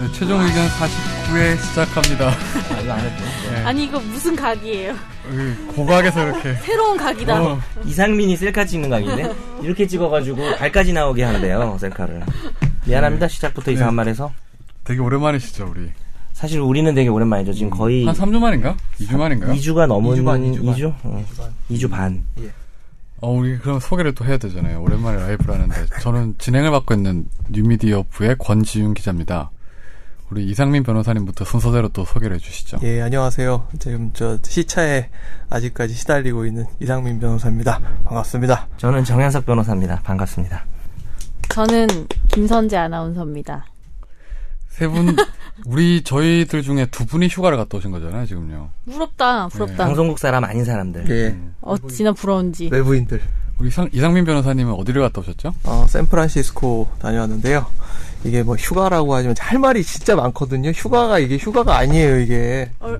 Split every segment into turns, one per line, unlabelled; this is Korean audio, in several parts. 네, 최종 의견 49회 시작합니다.
아, 이거 안 했죠.
네.
아니 이거 무슨 각이에요?
으, 고각에서 이렇게.
새로운 각이다.
어,
이상민이 셀카 찍는 각인데 이렇게 찍어가지고 발까지 나오게 한대요 셀카를. 미안합니다 시작부터 이상한
네.
말해서
되게 오랜만이시죠, 우리.
사실 우리는 되게 오랜만이죠 지금 거의
한 3주 만인가? 2주 만인가요?
2주가 넘은
2주 반, 2주 반.
2주? 어, 2주 반.
어, 우리 그럼 소개를 또 해야 되잖아요. 오랜만에 라이브를 하는데. 저는 진행을 맡고 있는 뉴미디어부의 권지윤 기자입니다. 우리 이상민 변호사님부터 순서대로 또 소개를 해주시죠.
예, 안녕하세요. 지금 저 시차에 아직까지 시달리고 있는 이상민 변호사입니다. 반갑습니다.
저는 정현석 변호사입니다. 반갑습니다.
저는 김선재 아나운서입니다.
세 분, 우리 저희들 중에 두 분이 휴가를 갔다 오신 거잖아요, 지금요.
부럽다, 부럽다.
방송국 사람 아닌 사람들.
네.
예,
어찌나 부러운지.
외부인들.
우리 이상, 이상민 변호사님은 어디를 갔다 오셨죠?
어, 샌프란시스코 다녀왔는데요. 이게 뭐 휴가라고 하지만 할 말이 진짜 많거든요. 휴가가 이게 휴가가 아니에요, 이게.
어,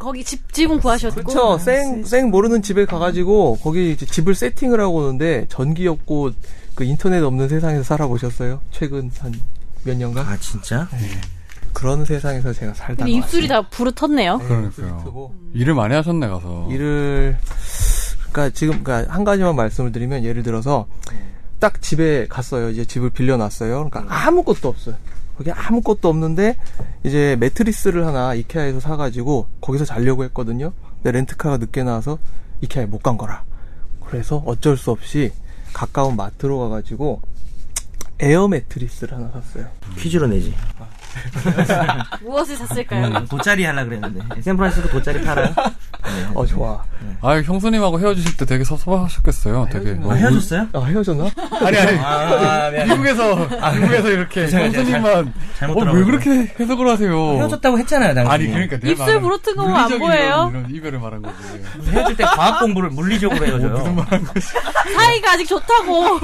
거기 집 집은 구하셨고.
그쵸. 쌩, 쌩 모르는 집에 가가지고 거기 이제 집을 세팅을 하고 오는데 전기 없고 그 인터넷 없는 세상에서 살아보셨어요? 최근 한 몇 년간?
아 진짜?
그런 세상에서 제가 살다가.
근데 입술이 다 부르텄네요.
그러니까요.
고
일을 많이 하셨네, 가서.
일을 그러니까 지금 그러니까 한 가지만 말씀을 드리면 예를 들어서 딱 집에 갔어요. 이제 집을 빌려놨어요. 그러니까 아무것도 없어요. 거기 아무것도 없는데 이제 매트리스를 하나 이케아에서 사가지고 거기서 자려고 했거든요. 근데 렌트카가 늦게 나와서 이케아에 못 간 거라. 그래서 어쩔 수 없이 가까운 마트로 가가지고 에어 매트리스를 하나 샀어요.
퀴즈로 내지.
무엇을 샀을까요?
음, 돗자리 하려 그랬는데 샌프란시스코 돗자리 팔아요? 네.
어 좋아.
아유, 형수님하고 헤어지실 때 되게 섭섭하셨겠어요. 어, 되게.
헤어진
너무
아, 헤어졌어요?
아 헤어졌나?
아니 아니
아, 미안.
미국에서 미국에서 이렇게
죄송해요.
선생님만
잘못
어, 왜
들어가지고.
그렇게 해석을 하세요?
헤어졌다고 네. 했잖아요 당신이.
아니 그러니까 내
입술
말은
부르튼 거안
물리적인
보여요?
이런, 이런 이별을 말한 거지.
헤어질 때 과학 공부를 물리적으로 헤어져요.
사이가 아직 좋다고.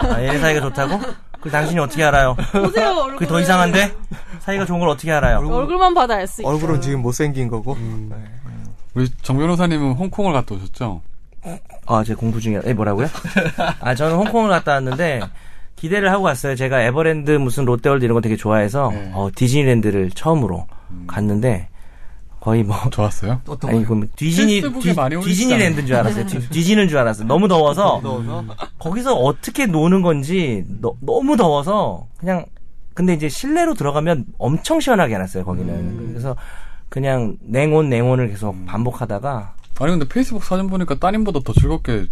아, 얘네 사이가 좋다고? 그 당신이 어떻게 알아요?
보세요 얼굴.
그게 더 이상한데? 사이가 좋은 걸 어떻게 알아요?
얼굴만 봐도 알 수 있어.
얼굴은 지금 못생긴 거고. 네.
우리 정 변호사님은 홍콩을 갔다 오셨죠?
아, 제 공부 중이야. 에, 뭐라고요? 아, 저는 홍콩을 갔다 왔는데, 기대를 하고 갔어요. 제가 에버랜드 무슨 롯데월드 이런 거 되게 좋아해서,
네.
어, 디즈니랜드를 처음으로 갔는데, 거의 뭐,
좋았어요.
아니, 그럼 디즈니,
페이스북에 많이
디,
올리시잖아요.
즈니랜드인줄 알았어요. 뒤- 뒤지는 줄 알았어요. 너무 더워서,
넣어서
거기서 어떻게 노는 건지, 너, 무 더워서, 그냥, 근데 이제 실내로 들어가면 엄청 시원하게 해놨어요, 거기는. 그래서, 그냥 냉온, 냉온을 계속 반복하다가,
아니 근데 페이스북 사진 보니까 따님보다 더 즐겁게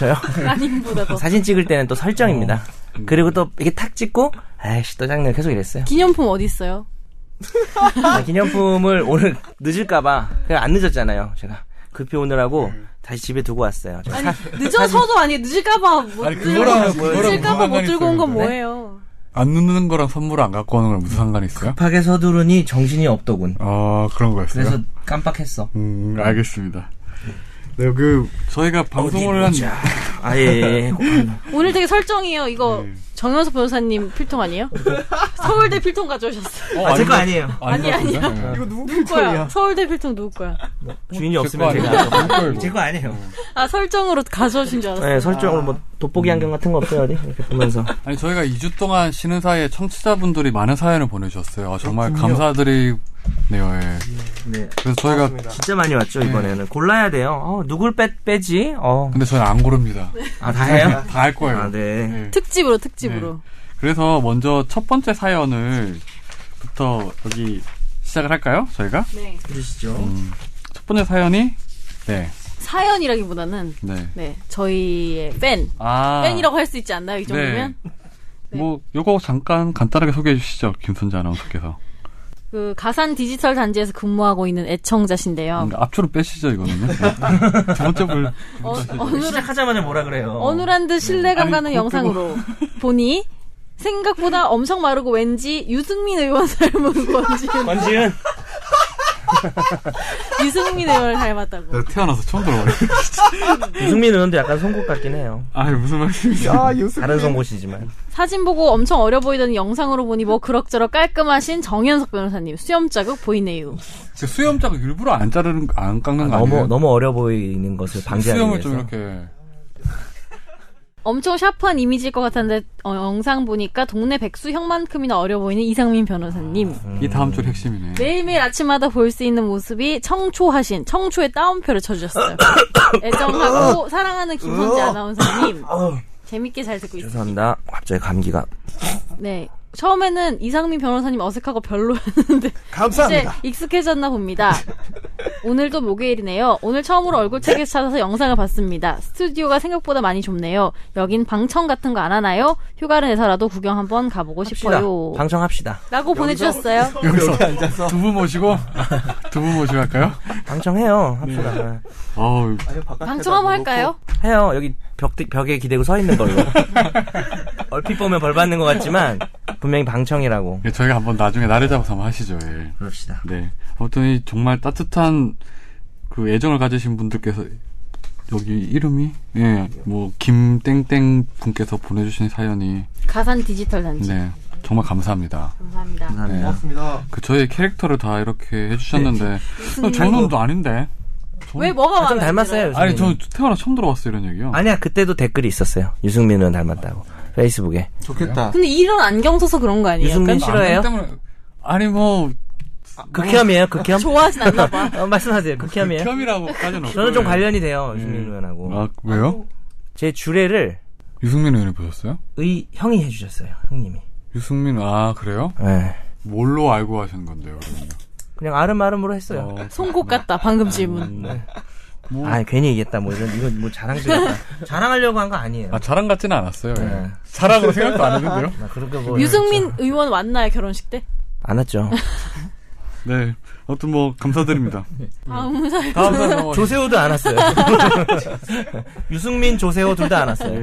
저요?
네. 아님보다 더.
사진 찍을 때는 또 설정입니다. 그리고 또 이게 탁 찍고 아이씨 또 장난 계속 이랬어요.
기념품 어디 있어요?
아, 기념품을 오늘 늦을까봐 그냥 안 늦었잖아요. 제가 급히 오느라고 다시 집에 두고 왔어요. 제가
아니
사-
늦어서도 아니 늦을까봐 못
아니,
들고
그거랑 그거랑
늦을까봐
무슨
못 들고
상관이
온 건
있어요,
뭐예요?
안 눕는 거랑 선물을 안 갖고 오는 건 무슨 상관이 있어요?
급하게 서두르니 정신이 없더군.
아 그런 거였어요.
그래서 깜빡했어.
음 알겠습니다. 네, 그 저희가 방송을 한
어디 어, 보자. 아 예. 예, 예.
오늘 되게 설정이에요. 이거
네.
정현석 변호사님 필통 아니에요? 서울대 필통 가져오셨어요.
어,
아, 제거
아닌가?
아니에요.
아닌
아니,
것 같은데? 네.
누구
거야. 서울대 필통 누구 거야?
주인이
제
없으면
거
제가
아니에요? 누굴?
제 거 아니에요.
아 설정으로 가져오신 줄 알았어요.
네, 설정으로 뭐 돋보기 안경 같은 거 없어요 어디 이렇게 보면서
아니 저희가 2주 동안 쉬는 사이에 청취자분들이 많은 사연을 보내주셨어요. 아, 정말 감사드리네요. 예.
네.
그래서 저희가
진짜 많이 왔죠 이번에는 골라야 돼요. 어, 누굴 빼, 빼지? 어,
근데 저희는 안 고릅니다.
아다 해요?
다 할 거예요.
아 네.
예.
특집으로 특집으로.
그래서 먼저 첫 번째 사연을 부터 여기 시작을 할까요? 저희가
네.
해주시죠.
첫 번째 사연이 네,
사연이라기보다는
네.
네 저희의 팬
아, 네.
팬이라고 할 수 있지 않나요 이 정도면? 네.
뭐 요거 잠깐 간단하게 소개해 주시죠, 김선재 아나운서께서.
그 가산 디지털 단지에서 근무하고 있는 애청자신데요.
음, 앞으로 빼시죠 이거는요. 네. 두 번째 불.
어, 어느란,
시작하자마자 뭐라 그래요?
어느란 듯 신뢰감
아니,
가는
그거
영상으로 보니 생각보다 엄청 마르고 왠지 유승민 의원 닮은 건지
권지은
유승민 의원을 닮았다고.
내가 태어나서 처음 들어봐요.
유승민 의원도 약간 송곳 같긴 해요.
아 무슨 말씀이세요?
야, 요새
다른 송곳이지만
사진 보고 엄청 어려 보이던 영상으로 보니 뭐 그럭저럭 깔끔하신 정현석 변호사님 수염 자국 보이네요.
그 수염 자국 일부러 안 자르는 거- 안 깎는 거
아, 너무
아니에요?
너무 어려 보이는 것을 방지하기
수염을
위해서
좀 이렇게
엄청 샤프한 이미지일 것 같았는데 어, 영상 보니까 동네 백수 형만큼이나 어려 보이는 이상민 변호사님.
이 다음 줄 핵심이네.
매일매일 아침마다 볼 수 있는 모습이 청초하신 청초의 따옴표를 쳐주셨어요. 애정하고 사랑하는 김선재 아나운서님. 재밌게 잘 듣고 있어요.
죄송합니다. 갑자기 감기가.
네. 처음에는 이상민 변호사님 어색하고 별로였는데 이제 익숙해졌나 봅니다. 오늘도 목요일이네요. 오늘 처음으로 얼굴책에서 찾아서 영상을 봤습니다. 스튜디오가 생각보다 많이 좁네요. 여긴 방청 같은 거 안 하나요? 휴가를 내서라도 구경 한번 가보고 싶어요.
방청합시다.
라고 보내주셨어요.
여기서
앉아서
두 분 모시고 두 분 모시고 할까요?
방청해요. 합시다. 네.
어우
아니, 바깥에다
방청 한번
놓고
할까요?
해요. 여기 벽, 벽에 기대고 서 있는 걸로. 얼핏 보면 벌 받는 것 같지만, 분명히 방청이라고.
예, 저희가 한번 나중에 날을 잡아서 한번 하시죠. 예.
그럽시다.
네. 아무튼 이 정말 따뜻한 그 애정을 가지신 분들께서 여기 이름이 예뭐 김땡땡 분께서 보내주신 사연이
가산 디지털 단지.
네 정말 감사합니다.
음,
감사합니다.
네.
고맙습니다.
그 저의 캐릭터를 다 이렇게 해주셨는데 어,
무슨
장난도 아닌데. 저는-
왜 뭐가
좀
마음에 안
닮았어요.
들어요?
요즘.
아니 저 태어나 처음 들어봤어요 이런 얘기요.
아니야, 그때도 댓글이 있었어요. 유승민은 닮았다고. 페이스북에.
좋겠다.
근데 이런 안경 써서 그런 거 아니에요?
유승민
약간
씨. 싫어해요?
음. 때문에- 아니 뭐
아, 극혐이에요, 극혐.
좋아하진 않나 봐.
어, 말씀하세요. 극혐이에요.
극혐이라고까지는 없고
저는 좀
네.
관련이 돼요,
음.
유승민 의원하고.
아 왜요?
제 주례를
유승민 의원이 보셨어요?
의, 형이 해주셨어요, 형님이.
유승민 아 그래요?
예.
뭘로 알고 하신 건데요? 그러면?
그냥 아름아름으로 했어요.
어,
송곳 같다. 방금
음,
질문.
네.
어.
뭐,
아, 괜히 얘기했다. 뭐 이런 이건 뭐 자랑스럽다. 자랑하려고 한 거 아니에요.
아, 자랑 같지는 않았어요. 예.
네.
자랑으로 생각도 안 했는데요.
나 그런 거 뭐.
유승민 어, 의원 왔나요 결혼식 때?
안 왔죠.
네. 아무튼 뭐 감사드립니다.
아무 사
다음 사람 넘어가시죠.
조세호도 안 왔어요. 유승민, 조세호 둘 다 안
네.
왔어요.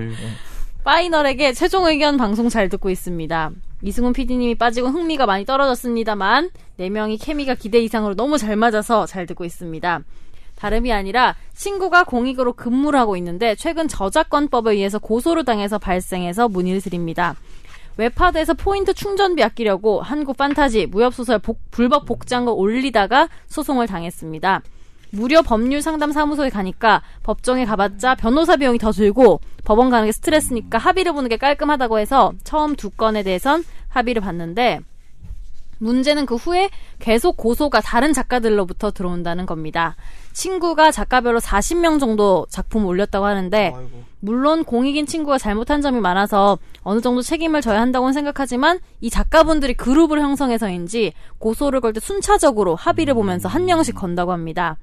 파이널에게 최종 의견 방송 잘 듣고 있습니다. 이승훈 PD님이 빠지고 흥미가 많이 떨어졌습니다만 네 명이 케미가 기대 이상으로 너무 잘 맞아서 잘 듣고 있습니다. 다름이 아니라 친구가 공익으로 근무를 하고 있는데 최근 저작권법에 의해서 고소를 당해서 발생해서 문의를 드립니다. 웹하드에서 포인트 충전비 아끼려고 한국 판타지 무협소설 복- 불법 복장을 올리다가 소송을 당했습니다. 무료 법률 상담 사무소에 가니까 법정에 가봤자 변호사 비용이 더 들고 법원 가는 게 스트레스니까 합의를 보는 게 깔끔하다고 해서 처음 두 건에 대해선 합의를 봤는데 문제는 그 후에 계속 고소가 다른 작가들로부터 들어온다는 겁니다. 친구가 작가별로 40명 정도 작품을 올렸다고 하는데
아이고.
물론 공익인 친구가 잘못한 점이 많아서 어느 정도 책임을 져야 한다고는 생각하지만 이 작가분들이 그룹을 형성해서인지 고소를 걸 때 순차적으로 합의를 보면서 한 명씩 건다고 합니다.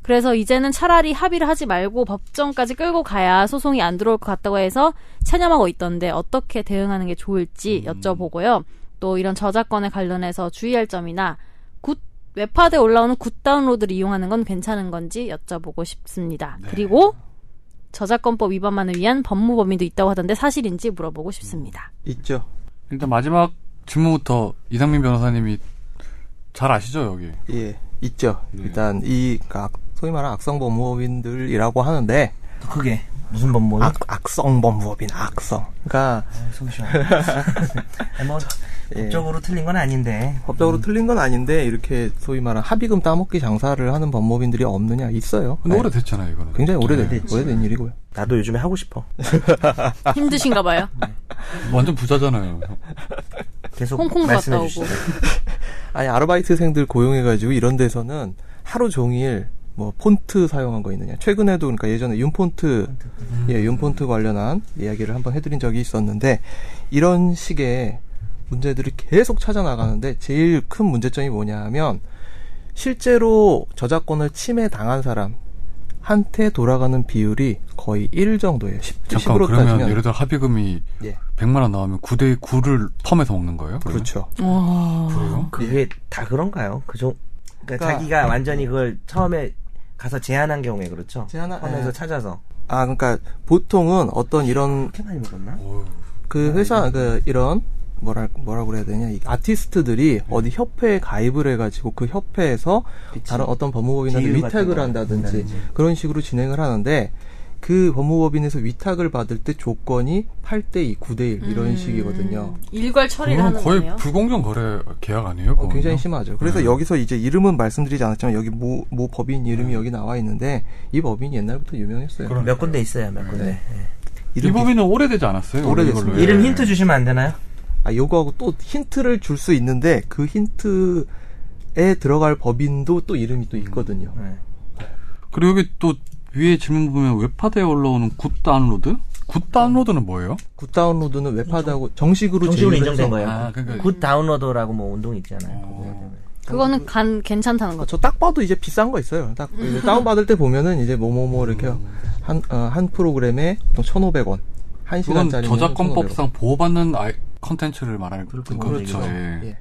그래서 이제는 차라리 합의를 하지 말고 법정까지 끌고 가야 소송이 안 들어올 것 같다고 해서 체념하고 있던데 어떻게 대응하는 게 좋을지 여쭤보고요. 또 이런 저작권에 관련해서 주의할 점이나 굿 웹하드에 올라오는 굿 다운로드를 이용하는 건 괜찮은 건지 여쭤보고 싶습니다. 그리고 저작권법 위반만을 위한 법무법인도 있다고 하던데 사실인지 물어보고 싶습니다.
있죠.
일단 마지막 질문부터 이상민 변호사님이 잘 아시죠 여기?
예, 있죠. 일단 이 그러니까 악- 소위 말하는 악성 범법인들이라고 하는데
또 크게. 무슨 법무를?
악, 악성 범법인 악성. 그러니까
속이 시원. 뭐,
예.
법적으로 틀린 건 아닌데.
법적으로 틀린 건 아닌데 이렇게 소위 말하는 합의금 따먹기 장사를 하는 범법인들이 없느냐 있어요.
근데
네.
오래됐잖아요 이거는.
굉장히 오래된
됐지.
오래된 일이고요.
나도 요즘에 하고 싶어.
힘드신가 봐요.
완전 부자잖아요.
계속
홍콩
말씀해
갔다
주시죠.
오고.
아니 아르바이트생들 고용해가지고 이런 데서는 하루 종일 뭐 폰트 사용한 거 있느냐. 최근에도 그러니까 예전에 윤폰트 예
음.
윤폰트 관련한 이야기를 한번 해드린 적이 있었는데 이런 식의 문제들이 계속 찾아 나가는데 제일 큰 문제점이 뭐냐하면 실제로 저작권을 침해 당한 사람. 한테 돌아가는 비율이 거의 1 정도예요. 10,
잠깐
10으로
그러면
따지면
예를 들어 합의금이
예.
100만 원 나오면 9대 9를 펌해서 먹는 거예요? 그러면?
그렇죠.
그래요?
그게 다 그런가요? 그죠? 예. 그러니까,
그러니까-
자기가 완전히 그걸 처음에 가서 제안한 경우에 그렇죠.
제안한-
서
예.
찾아서
아 그러니까 보통은 어떤 이런
그렇게 많이 물었나?
어휴,
그 회사 그 이런 뭐라 뭐라 그래야 되냐 이 아티스트들이 어디 협회에 가입을 해가지고 그 협회에서
그치.
다른 어떤 법무법인한테
지율 같은
위탁을
거.
한다든지
한다든지.
그런 식으로 진행을 하는데 그 법무법인에서 위탁을 받을 때 조건이 8대2, 9대1 이런 식이거든요.
일괄 처리를
그건
하는
거의
거예요.
불공정 거래 계약 아니에요?
어,
그건
굉장히 심하죠. 그래서 여기서 이제 이름은 말씀드리지 않았지만 여기 모, 모
네,
법인 이름이 여기 나와 있는데 이 법인이 옛날부터 유명했어요.
그럼-
몇 군데 있어요, 몇 군데. 예.
이
이름이-
범위는 오래되지 않았어요? 원래
오래됐습니다.
이걸로.
이름
예.
힌트 주시면 안 되나요?
아, 요거하고 또 힌트를 줄 수 있는데 그 힌트에 들어갈 법인도 또 이름이 또 있거든요.
네.
그리고 여기 또 위에 질문 보면 웹하드에 올라오는 굿 다운로드? 굿 다운로드는 뭐예요?
굿 다운로드는 웹하드하고 정식으로,
정식으로
제휴를
인정된
해서-
거예요.
아, 그러니까-
굿 다운로더라고 뭐 운동 있잖아요.
어.
그거는 간 괜찮다는
어,
거죠.
저딱 봐도 이제 비싼 거 있어요. 딱 이제 다운받을 때 보면은 이제 뭐뭐뭐 이렇게 한, 어, 한 프로그램에 보통 1,500원. 한
그건
시간짜리.
저작권법상 보호받는 아이, 컨텐츠를 말하는 거죠.
그렇군요.
그렇죠.
그렇죠.
예.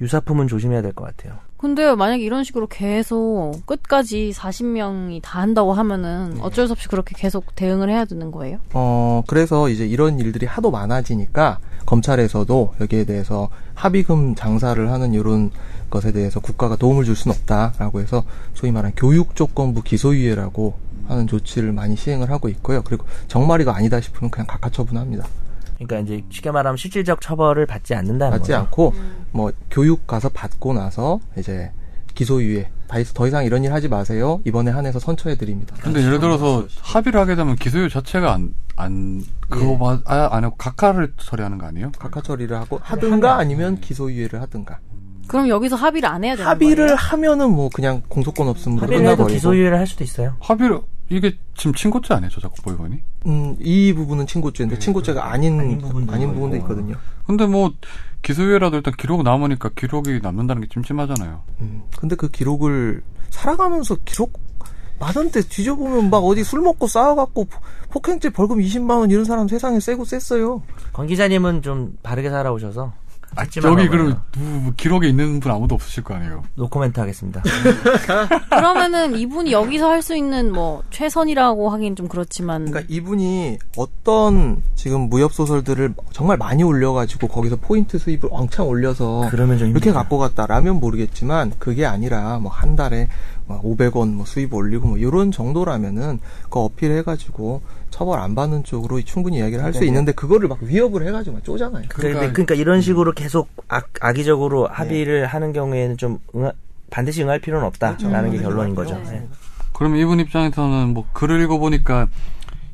유사품은 조심해야 될 것 같아요.
근데 만약에 이런 식으로 계속 끝까지 40명이 다 한다고
네.
하면은 어쩔 수 없이 그렇게 계속 대응을 해야 되는 거예요?
어, 그래서 이제 이런 일들이 하도 많아지니까 검찰에서도 여기에 대해서 합의금 장사를 하는 이런 것에 대해서 국가가 도움을 줄 수는 없다라고 해서 소위 말하는 교육조건부 기소유예라고 하는 조치를 많이 시행을 하고 있고요. 그리고 정말이가 아니다 싶으면 그냥 각하처분합니다.
그러니까 이제 쉽게 말하면 실질적 처벌을 받지 않는다는
받지
거죠.
않고 뭐 교육 가서 받고 나서 이제 기소유예 다- 더 이상 이런 일 하지 마세요. 이번에 한해서 선처해 드립니다.
근데 예를 들어서
그렇죠.
합의를 하게 되면 기소유 자체가 안,
예.
안, 그거 마- 아, 안 하고 각하를 처리하는 거 아니에요?
각하 처리를 하고 하든가 아니면 기소유예를 하든가.
그럼 여기서 합의를 안 해야 되는
합의를
거예요?
하면은 뭐 그냥 공소권 없음으로
합의를 해도
끝나버리고.
기소유예를 할 수도 있어요.
합의를, 이게 지금 친고죄 아니에요? 저작권 보유권이?
음, 이 부분은 친고죄인데 친고죄가
네,
아닌
그 아닌
아닌
부분도
부분도,
있고.
있거든요.
근데 뭐, 기소유예라도 일단 기록 남으니까 기록이 남는다는 게 찜찜하잖아요.
음, 근데 그 기록을 살아가면서 기록 많은데 뒤져보면 막 어디 술 먹고 싸워갖고 포- 폭행죄 벌금 20만 원 이런 사람 세상에 세고 셌어요.
권 기자님은 좀 바르게 살아오셔서
아,
찜찜한
여기
거네요.
그럼 누- 기록에 있는 분 아무도 없으실 거 아니에요?
노코멘트 하겠습니다.
그러면은 이분이 여기서 할 수 있는 뭐 최선이라고 하긴 좀 그렇지만
그러니까 이분이 어떤 지금 무협 소설들을 정말 많이 올려가지고 거기서 포인트 수입을 엉창 올려서
그러면 좀
이렇게
힘들어요.
갖고 갔다라면 모르겠지만 그게 아니라 뭐 한 달에 뭐 500원 뭐 수입 올리고 뭐 이런 정도라면은 그 어필해가지고 처벌 안 받는 쪽으로 충분히 이야기를
네,
할 수 있는데 그거를 막 위협을 해가지고 막 쪼잖아요.
그러니까,
그러니까-
그러니까 이런 식으로 계속 악, 악의적으로 합의를 하는 경우에는 좀 응하- 반드시 응할 필요는 그렇죠. 없다라는 게 결론인 거죠. 네.
그럼 이분 입장에서는 뭐 글을 읽어보니까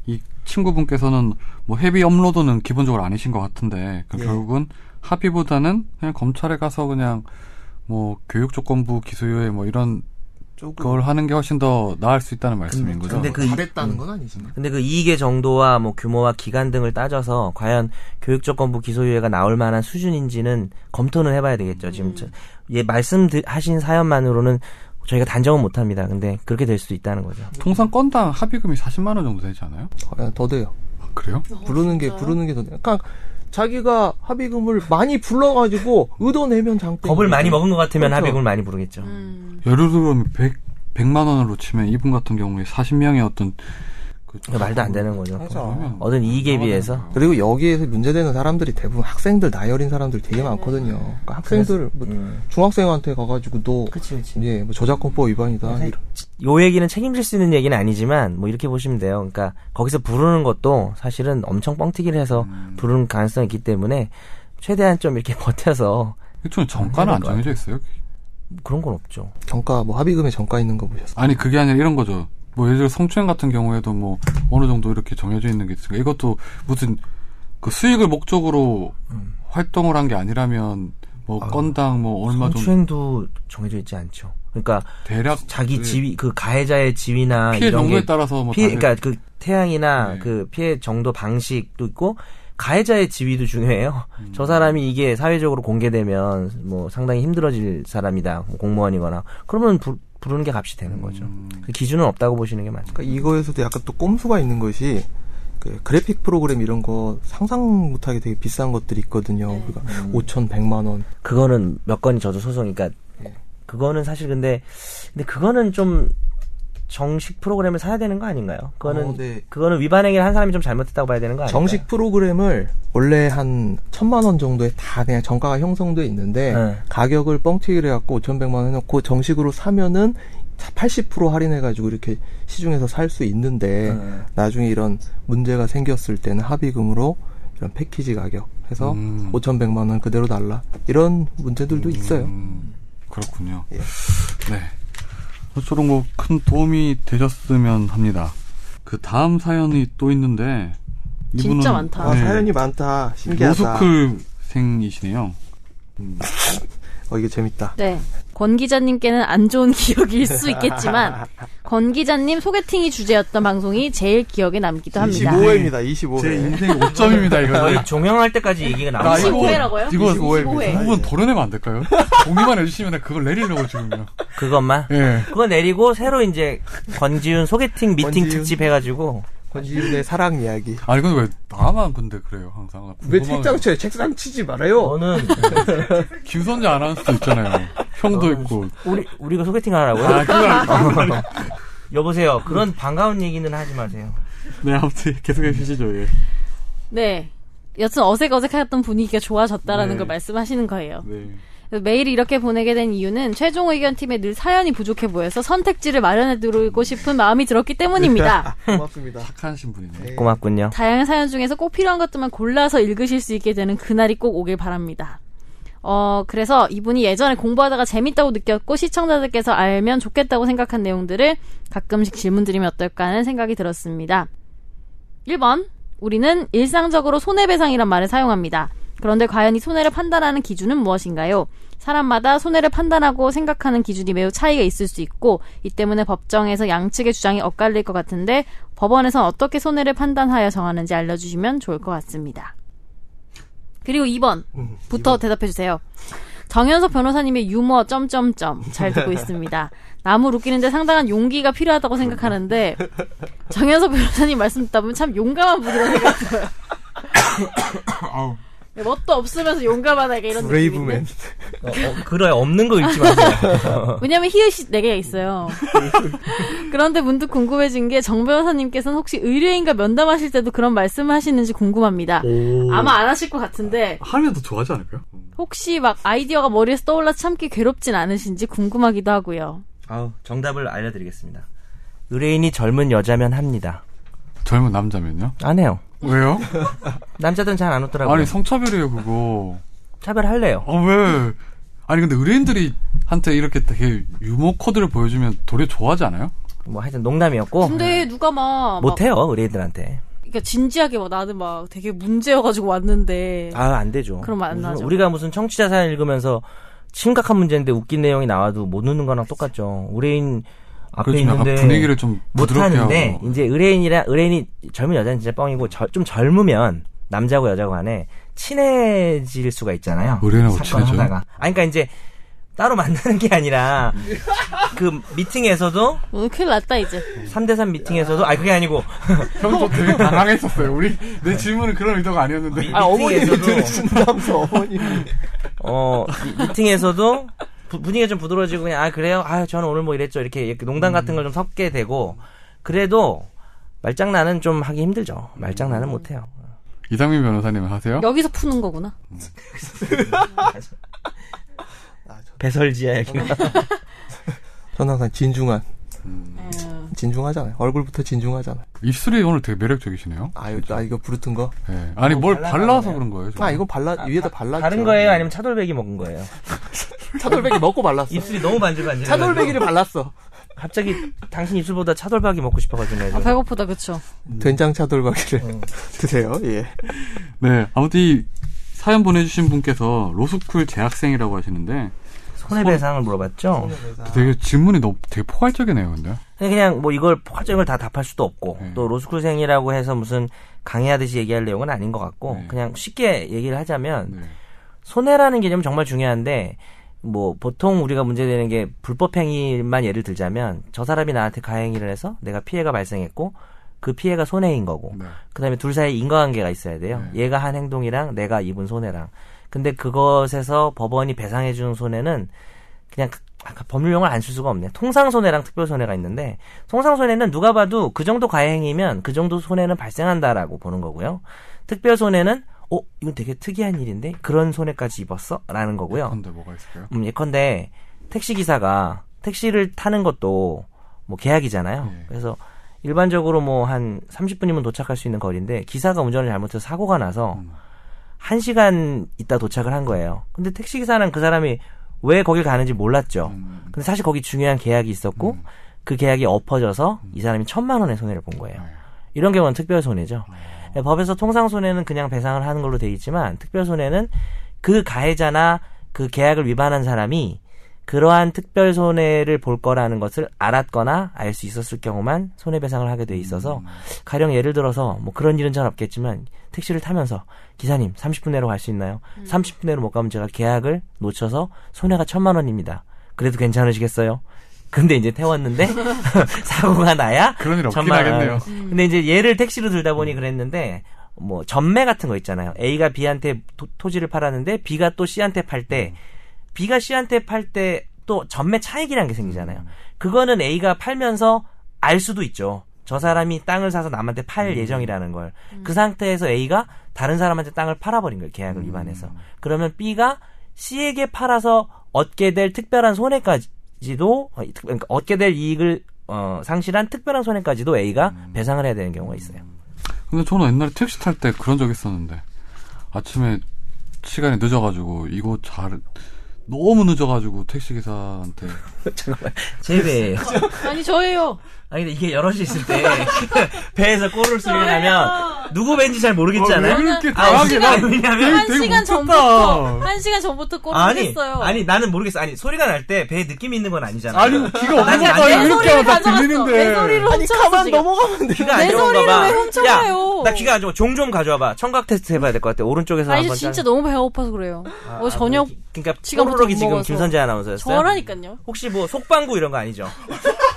이 친구분께서는 뭐 헤비 업로드는 기본적으로 아니신 것 같은데 그럼
예.
결국은 합의보다는 그냥 검찰에 가서 그냥 뭐 교육조건부 기소유예 뭐 이런
조금
그걸 하는 게 훨씬 더 나을 수 있다는 말씀인 거죠.
근데 그
잘했다는 건 아니지만.
근데 그 이익의 정도와 뭐 규모와 기간 등을 따져서 과연 교육조건부 기소유예가 나올 만한 수준인지는 검토는 해봐야 되겠죠. 지금 저- 예 말씀하신 사연만으로는 저희가 단정은 못합니다. 근데 그렇게 될 수도 있다는 거죠.
통상 건당 합의금이 40만 원 정도 되지 않아요?
어, 더 돼요.
아, 그래요?
어,
부르는 게 부르는 게 더. 돼요. 그러니까 자기가 합의금을 많이 불러가지고 의도내면 장땡.
겁을 많이 먹은 것 같으면
그렇죠.
합의금을 많이 부르겠죠.
음.
예를 들면 100, 100만 원으로 치면 이분 같은 경우에 40명의 어떤 그
그러니까 말도 안 되는 거죠.
그래서
그러면
얻은 이익에 비해서
그리고 여기에서 문제되는 사람들이 대부분 학생들 나열인 사람들 되게 많거든요. 그러니까 학생들 뭐
네. 음.
중학생한테 가가지고 너
그치 그치.
예, 뭐 저작권법 위반이다. 이런.
요 얘기는 책임질 수 있는 얘기는 아니지만 뭐 이렇게 보시면 돼요. 그러니까 거기서 부르는 것도 사실은 엄청 뻥튀기를 해서
음.
부르는 가능성이 있기 때문에 최대한 좀 이렇게 버텨서
일종의 정가는 안 정해져 있어요?
그런 건 없죠.
정가 뭐 합의금에 정가 있는 거 보셨어요?
아니 그게 아니라 이런 거죠. 뭐 예를 들어 성추행 같은 경우에도 뭐 어느 정도 이렇게 정해져 있는 게 있으니까 이것도 무슨 그 수익을 목적으로 활동을 한 게 아니라면 뭐 건당 뭐 얼마 정도
성추행도 정해져 있지 않죠. 그러니까
대략
자기
그
지위 그 가해자의 지위나
피해
이런
정도에
게
따라서 뭐
피해
다른-
그러니까 그 태양이나
네.
그 피해 정도 방식도 있고 가해자의 지위도 중요해요.
음.
저 사람이 이게 사회적으로 공개되면 뭐 상당히 힘들어질 사람이다. 뭐 공무원이거나 그러면 부, 부르는 게 값이 되는 거죠.
음.
그 기준은 없다고 보시는 게 맞죠.
그러니까 이거에서도 약간 또 꼼수가 있는 것이 그 그래픽 프로그램 이런 거 상상 못하게 되게 비싼 것들이 있거든요.
네.
그러니까
음.
5,100만 원.
그거는 몇 건이 저도 소송이니까 그러니까
네.
그거는 사실 근데 근데 그거는 좀 정식 프로그램을 사야 되는 거 아닌가요? 그거는
어, 네.
그거는 위반 행위를 한 사람이 좀 잘못했다고 봐야 되는 거 아닌가요?
정식 프로그램을 원래 한 천만 원 정도에 다 그냥 정가가 형성돼 있는데
네.
가격을 뻥튀기를 해갖고 5,100만 원 해놓고 정식으로 사면은 80% 할인해가지고 이렇게 시중에서 살 수 있는데
네.
나중에 이런 문제가 생겼을 때는 합의금으로 이런 패키지 가격 해서
음.
5,100만 원 그대로 달라 이런 문제들도 있어요.
음, 그렇군요. 네. 어쩌록 뭐 큰 도움이 되셨으면 합니다. 그 다음 사연이 또 있는데
진짜
이분은- 네,
많다.
아, 사연이 많다. 신기하다.
로스쿨생이시네요.
어, 이게 재밌다.
네. 권 기자님께는 안 좋은 기억일 수 있겠지만 권 기자님 소개팅이 주제였던 방송이 제일 기억에
네,
남기도 합니다.
25회입니다. 25회.
제 인생 5점입니다, 이거.
저희 종영할 때까지 얘기가
아,
나오고
이거-
25회 라고요?
이거
25회.
25회. 부분 덜어내면 안 될까요? 공유만 해주시면 그걸 내리려고 지금요.
그것만
예.
그거 내리고 새로 이제 권지윤 소개팅 미팅
권지윤.
특집 해가지고
권지윤의 사랑 이야기.
아니, 근데 왜 나만 근데 그래요, 항상.
왜
궁금하게.
책장 쳐요? 책상 치지 말아요.
너는
김선재 아나운서도 있잖아요. 형도 있고.
우리 우리가 소개팅 하라고요?
아, 그거 아니고.
여보세요. 그런 반가운 얘기는 하지 마세요.
네, 아무튼 계속해 주시죠, 예.
네. 여튼 어색어색했던 분위기가 좋아졌다라는
네.
걸 말씀하시는 거예요.
네.
메일을 이렇게 보내게 된 이유는 최종 의견 팀에 늘 사연이 부족해 보여서 선택지를 마련해 두고 싶은 마음이 들었기 때문입니다.
고맙습니다.
착하신 분이네.
네.
고맙군요.
다양한 사연 중에서 꼭 필요한 것들만 골라서 읽으실 수 있게 되는 그날이 꼭 오길 바랍니다. 어, 그래서 이분이 예전에 공부하다가 재밌다고 느꼈고 시청자들께서 알면 좋겠다고 생각한 내용들을 가끔씩 질문드리면 어떨까 하는 생각이 들었습니다. 1번. 우리는 일상적으로 손해배상이란 말을 사용합니다. 그런데 과연 이 손해를 판단하는 기준은 무엇인가요? 사람마다 손해를 판단하고 생각하는 기준이 매우 차이가 있을 수 있고 이 때문에 법정에서 양측의 주장이 엇갈릴 것 같은데 법원에선 어떻게 손해를 판단하여 정하는지 알려주시면 좋을 것 같습니다. 그리고
음,
2번부터 대답해 주세요. 정현석 변호사님의 유머 점점점 잘 듣고 있습니다. 남을 웃기는데 상당한 용기가 필요하다고 생각하는데 정현석 변호사님 말씀 듣다 보면 참 용감한 분이라고 생각했어요. 뭣도 없으면서 용감하다가 이런 느낌인데.
브레이브맨.
어, 어, 그래 없는 거 읽지 마세요.
왜냐면 히읗이 네 개가 있어요. 그런데 문득 궁금해진 게 정 변호사님께서는 혹시 의뢰인과 면담하실 때도 그런 말씀을 하시는지 궁금합니다. 아마 안 하실 것 같은데
하면 더 좋아하지 않을까요?
혹시 막 아이디어가 머리에서 떠올라 참기 괴롭진 않으신지 궁금하기도 하고요.
아우, 정답을 알려드리겠습니다. 의뢰인이 젊은 여자면 합니다.
젊은 남자면요?
안 해요.
왜요?
남자들은 잘 안 웃더라고요.
아니, 성차별이에요, 그거.
차별할래요.
아, 왜? 아니, 근데 의뢰인들이 한테 이렇게 되게 유머 코드를 보여주면 도리어 좋아하지 않아요?
뭐 하여튼 농담이었고
근데 누가 막,
뭐?
막
못해요 의뢰인들한테.
그러니까 진지하게 막 나는 막 되게 문제여가지고 왔는데
아 안 되죠.
그럼 안
무슨
하죠.
우리가 무슨 청취자 사연 읽으면서 심각한 문제인데 웃긴 내용이 나와도 못 웃는 거랑 똑같죠. 의뢰인 앞에
그래서 좀 약간
있는데
그렇죠. 분위기를 좀 부드럽게
못하는데
하고.
이제 의뢰인이라 의뢰인이 젊은 여자는 진짜 뻥이고 저- 좀 젊으면 남자고 여자고 간에 친해질 수가 있잖아요.
의뢰인하고
사건
친해져요?
하다가. 아니 그러니까 이제 따로 만나는 게 아니라 그 미팅에서도
오늘 큰일 났다 이제.
3대3 미팅에서도 아니 그게 아니고
형도 되게 당황했었어요. 우리 내 질문은 그런 의도가 아니었는데.
아, 어머님이
들으신다면서 네. 어머니.
어 미- 미팅에서도 부- 분위기가 좀 부드러워지고 그냥 아 그래요 아 저는 오늘 뭐 이랬죠 이렇게, 이렇게
음.
농담 같은 걸 좀 섞게 되고 그래도 말장난은 좀 하기 힘들죠 말장난은 못해요
이상민 변호사님 하세요?
여기서 푸는 거구나.
배설지야 여기
전 항상 진중한. 네.
음.
진중하잖아요. 얼굴부터 진중하잖아요.
입술이 오늘 되게 매력적이시네요.
아유, 나 이거 부르튼 거.
예. 아니, 뭘
발라서
발라서
그래요.
그런 거예요. 저는.
아, 이건 발라, 위에다 발랐죠.
다른 거예요 아니면 차돌배기 먹은 거예요
차돌배기 먹고 발랐어.
입술이 너무 반질반질
차돌배기를 발랐어.
갑자기 당신 입술보다 차돌박이 먹고 싶어가지고
아,
내가 좀-
배고프다 그쵸?
된장 차돌박이를 드세요. 예.
네, 아무튼 이 사연 보내주신 분께서 로스쿨 재학생이라고 하시는데
손해배상을 물어봤죠
그 되게 질문이 너무 되게 포괄적이네요, 근데.
그냥 뭐 이걸 포괄적을 다 답할 수도 없고
네.
또 로스쿨생이라고 해서 무슨 강의하듯이 얘기할 내용은 아닌 것 같고
네.
그냥 쉽게 얘기를 하자면
네.
손해라는 개념 은 정말 중요한데 뭐 보통 우리가 문제되는 게 불법행위만 예를 들자면 저 사람이 나한테 가행위를 해서 내가 피해가 발생했고 그 피해가 손해인 거고
네.
그다음에 둘 사이에 인과관계가 있어야 돼요
네.
얘가 한 행동이랑 내가 입은 손해랑 근데 그것에서 법원이 배상해 주는 손해는 그냥 그- 아까 법률 용어를 안 쓸 수가 없네 통상 손해랑 특별 손해가 있는데 통상 손해는 누가 봐도 그 정도 가행이면 그 정도 손해는 발생한다라고 보는 거고요 특별 손해는 어 이건 되게 특이한 일인데 그런 손해까지 입었어라는 거고요
근데 뭐가 있을까요?
음, 예컨대 택시 기사가 택시를 타는 것도 뭐 계약이잖아요.
예.
그래서 일반적으로 뭐 한 30분이면 도착할 수 있는 거리인데 기사가 운전을 잘못해서 사고가 나서
음.
한시간 있다 도착을 한 거예요. 근데 택시 기사는 그 사람이 왜 거길 가는지 몰랐죠.
음,
근데 사실 거기 중요한 계약이 있었고
음.
네.
네.
그 계약이 엎어져서 이 사람이 천만 원의 손해를 본 거예요. 이런 경우는 특별 손해죠. 예, 법에서 통상 손해는 그냥 배상을 하는 걸로 돼 있지만 특별 손해는 그 가해자나 그 계약을 위반한 사람이 그러한 특별 손해를 볼 거라는 것을 알았거나 알 수 있었을 경우만 손해배상을 하게 돼 있어서
음.
가령 예를 들어서 뭐 그런 일은 잘 없겠지만 택시를 타면서 기사님 30분 내로 갈 수 있나요? 30분 내로 못 가면 제가 계약을 놓쳐서 손해가 천만 원입니다. 그래도 괜찮으시겠어요? 근데 이제 태웠는데 사고가 나야
그런 일 없긴
천만 원.
하겠네요. 음.
근데 이제 얘를 택시로 들다 보니 그랬는데 뭐 전매 같은 거 있잖아요. A가 B한테 토, 지를 팔았는데 B가 또 C한테 팔 때 B가 C한테 팔 때 또 전매 차익이라는 게 생기잖아요. 그거는 A가 팔면서 알 수도 있죠. 저 사람이 땅을 사서 남한테 팔 예정이라는 걸. 그 상태에서 A가 다른 사람한테 땅을 팔아버린 거예요. 계약을 위반해서. 그러면 B가 C에게 팔아서 얻게 될 특별한 손해까지도, 어, 특- 그러니까 얻게 될 이익을 어, 상실한 특별한 손해까지도 A가 배상을 해야 되는 경우가 있어요.
근데 저는 옛날에 택시 탈 때 그런 적 있었는데 아침에 시간이 늦어가지고 이거 잘 너무 늦어가지고 택시 기사한테
제배.
아니 저예요.
아니 근데 이게 여럿이 있을 때 배에서 꼬를 소리가 나면 누구 벤지 잘 모르겠잖아요.
이렇게
아,
당황해? 나
시간이 왜냐면
한 시간 전부터 한 시간 전부터
아니
꼬르겠어요.
아니 나는 모르겠어. 아니 소리가 날 때 배에 느낌이 있는 건 아니잖아.
아니 기가 없는
나는
거다
내
이렇게 하면
소리를
다
가져갔어. 내
들리는데
소리를
아니
훔쳤어
가만
지금.
넘어가면 돼.
귀가
내
안 좋은가
소리를
봐.
왜 훔쳐가요?
야, 나 귀가 안 좋아. 종 좀 가져와 봐. 청각 테스트 해봐야 될 것 같아. 오른쪽에서
아니
한번.
저 진짜
짜-
너무 배고파서 그래요. 어 저녁
그러니까
지금부터
치가로록이
못
지금
먹어서.
김선재 아나운서였어요.
저라니까요.
혹시 뭐 속방구 이런 거 아니죠?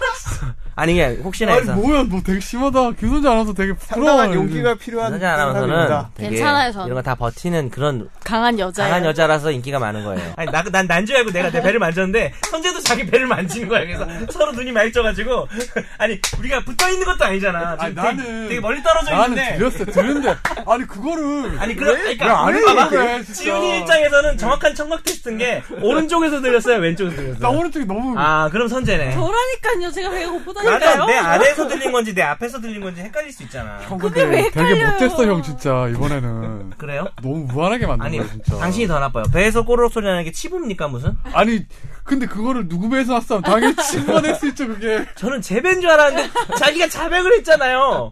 아니 그냥 혹시나 해서.
아니 뭐야 너 되게 심하다 김선재 아나운서 되게 부끄러워
상당한 용기가 필요한
선재 아나운서는
사람입니다.
되게
괜찮아요, 저는.
이런 거 다 버티는 그런
강한 여자.
강한 여자라서 인기가 많은 거예요. 아니 나, 난 난줄 알고 내가 내 배를 만졌는데 선재도 자기 배를 만지는 거야. 그래서
어.
서로 눈이 마주쳐가지고 아니 우리가 붙어 있는 것도 아니잖아.
아니,
지금 되게-
나는-
되게 멀리 떨어져
나는
있는데.
들렸어 들렸는데 아니 그거를
아니 그러, 그러니까
왜안
봐봐.
해요, 그래, 진짜.
지훈이 입장에서는 정확한 청각 테스트인 게 오른쪽에서 들렸어요, 왼쪽에서
나
들렸어요.
오른쪽이 너무
아 그럼 선재네.
저라니까요. 제가 배가 고프다니까요.
나는 그러니까 내 아래에서 들린 건지 내 앞에서 들린 건지 헷갈릴 수 있잖아.
형
근데 왜 헷갈려요?
되게 못했어 형 진짜 이번에는
그래요?
너무 무한하게 만든
아니
거야 진짜
당신이 더 나빠요. 배에서 꼬르륵 소리 나는 게 치부입니까 무슨?
아니 근데 그거를 누구 배에서 났으면 당연히 침범할 수 있죠 그게
저는 재배인 줄 알았는데 자기가 자백을 했잖아요.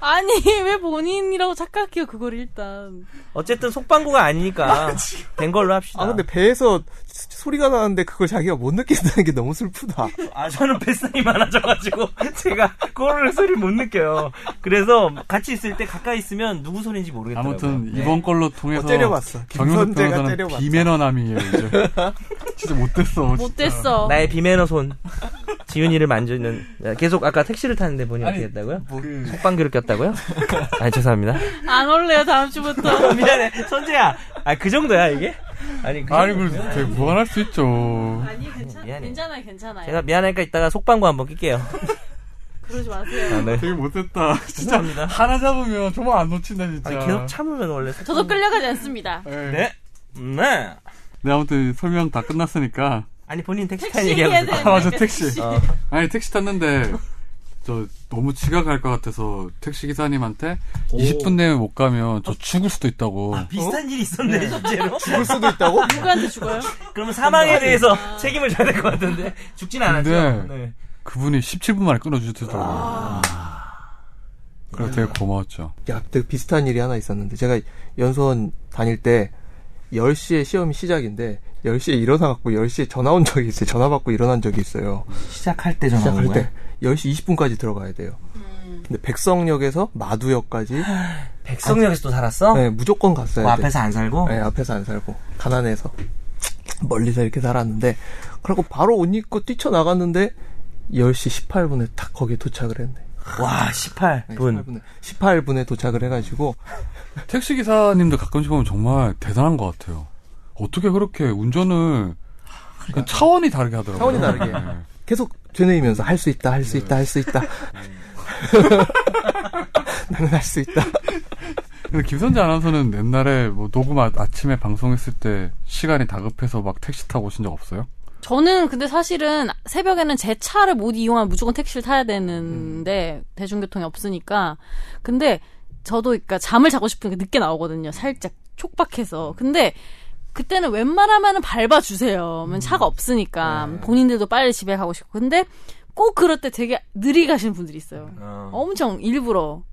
아니 왜 본인이라고 착각해요 그걸 일단.
어쨌든 속방구가 아니니까 된 걸로 합시다.
아 근데 배에서 스- 소리가 나는데 그걸 자기가 못 느낀다는 게 너무 슬프다.
아, 저는 뱃살이 많아져가지고 제가 꼬르륵 소리를 못 느껴요. 그래서 같이 있을 때 가까이 있으면 누구 소리인지 모르겠더라고요.
아무튼
네.
이번 걸로 통해서
어, 때려봤어.
정윤석
김선재가
변호사는
때려봤어.
비매너남이에요 이제 진짜 못됐어 진짜.
못됐어.
나의 비매너 손 지윤이를 만지는 계속 아까 택시를 타는데 보니 어떻게
아니,
했다고요?
뭐, 그,
속방귀를 꼈다고요? 아 죄송합니다. 어,
안 올래요 다음 주부터.
미안해 선재야. 아 그 정도야 이게? 아니 그
아니
정도-
그 되게 무한할 수 있죠
아니 괜찮
미안해.
괜찮아요 괜찮아요.
제가 미안하니까 이따가 속방구 한번 낄게요.
그러지 마세요.
아, 네.
되게 못됐다 진짜
죄송합니다.
하나 잡으면 정말 안 놓친다 진짜
아니, 계속 참으면 원래 속-
저도 끌려가지 않습니다.
예.
네. 네.
네 아무튼 설명 다 끝났으니까
아니 본인 택시 타는
택시 해야
얘기하면
돼.
돼.
아 맞아 택시
어.
아니 택시 탔는데 저 너무 지각할 것 같아서 택시 기사님한테 20분 내에 못 가면
아.
저 죽을 수도 있다고
비슷한 일이 어? 있었네 어? 실제로.
죽을 수도 있다고?
누구한테 죽어요?
그러면 사망에 대해서 책임을 져야 될 것 같은데 죽진 않았죠.
근데-
네.
그분이 17분 만에 끊어주시더라고요
아.
그래서 되게 고마웠죠
야, 되게 비슷한 일이 하나 있었는데 제가 연수원 다닐 때 10시에 시험이 시작인데 10시에 일어나갖고 10시에 전화 온 적이 있어요. 전화 받고 일어난 적이 있어요.
시작할 때 전화
시작할 때 10시 20분까지 들어가야 돼요. 근데 백성역에서 마두역까지
백성역에서 또 살았어?
네, 무조건 갔어야
그
돼.
앞에서 안 살고?
네, 앞에서 안 살고 가난해서 멀리서 이렇게 살았는데 그리고 바로 옷 입고 뛰쳐나갔는데 10시 18분에 딱 거기에 도착을 했네.
와 18분.
네, 18분에 18분에 도착을 해가지고
택시 기사님들 가끔씩 보면 정말 대단한 것 같아요 어떻게 그렇게 운전을
아, 그러니까.
그 차원이 다르게 하더라고요
차원이 다르게.
네.
계속 되뇌이면서 할 수 있다, 할 수 있다, 할 수 있다.
음.
나는 할 수 있다.
근데 김선재 아나운서는 옛날에 뭐 녹음 아, 아침에 방송했을 때 시간이 다급해서 막 택시 타고 오신 적 없어요?
저는 근데 사실은 새벽에는 제 차를 못 이용하면 무조건 택시를 타야 되는데
음.
대중교통이 없으니까 근데 저도 그러니까 잠을 자고 싶으니까 늦게 나오거든요. 살짝
음.
촉박해서. 근데 그때는 웬만하면은 밟아 주세요.
음.
차가 없으니까
네.
본인들도 빨리 집에 가고
음.
싶고. 근데 꼭 그럴 때 되게 느리게 가시는 분들이 있어요.
어.
엄청 일부러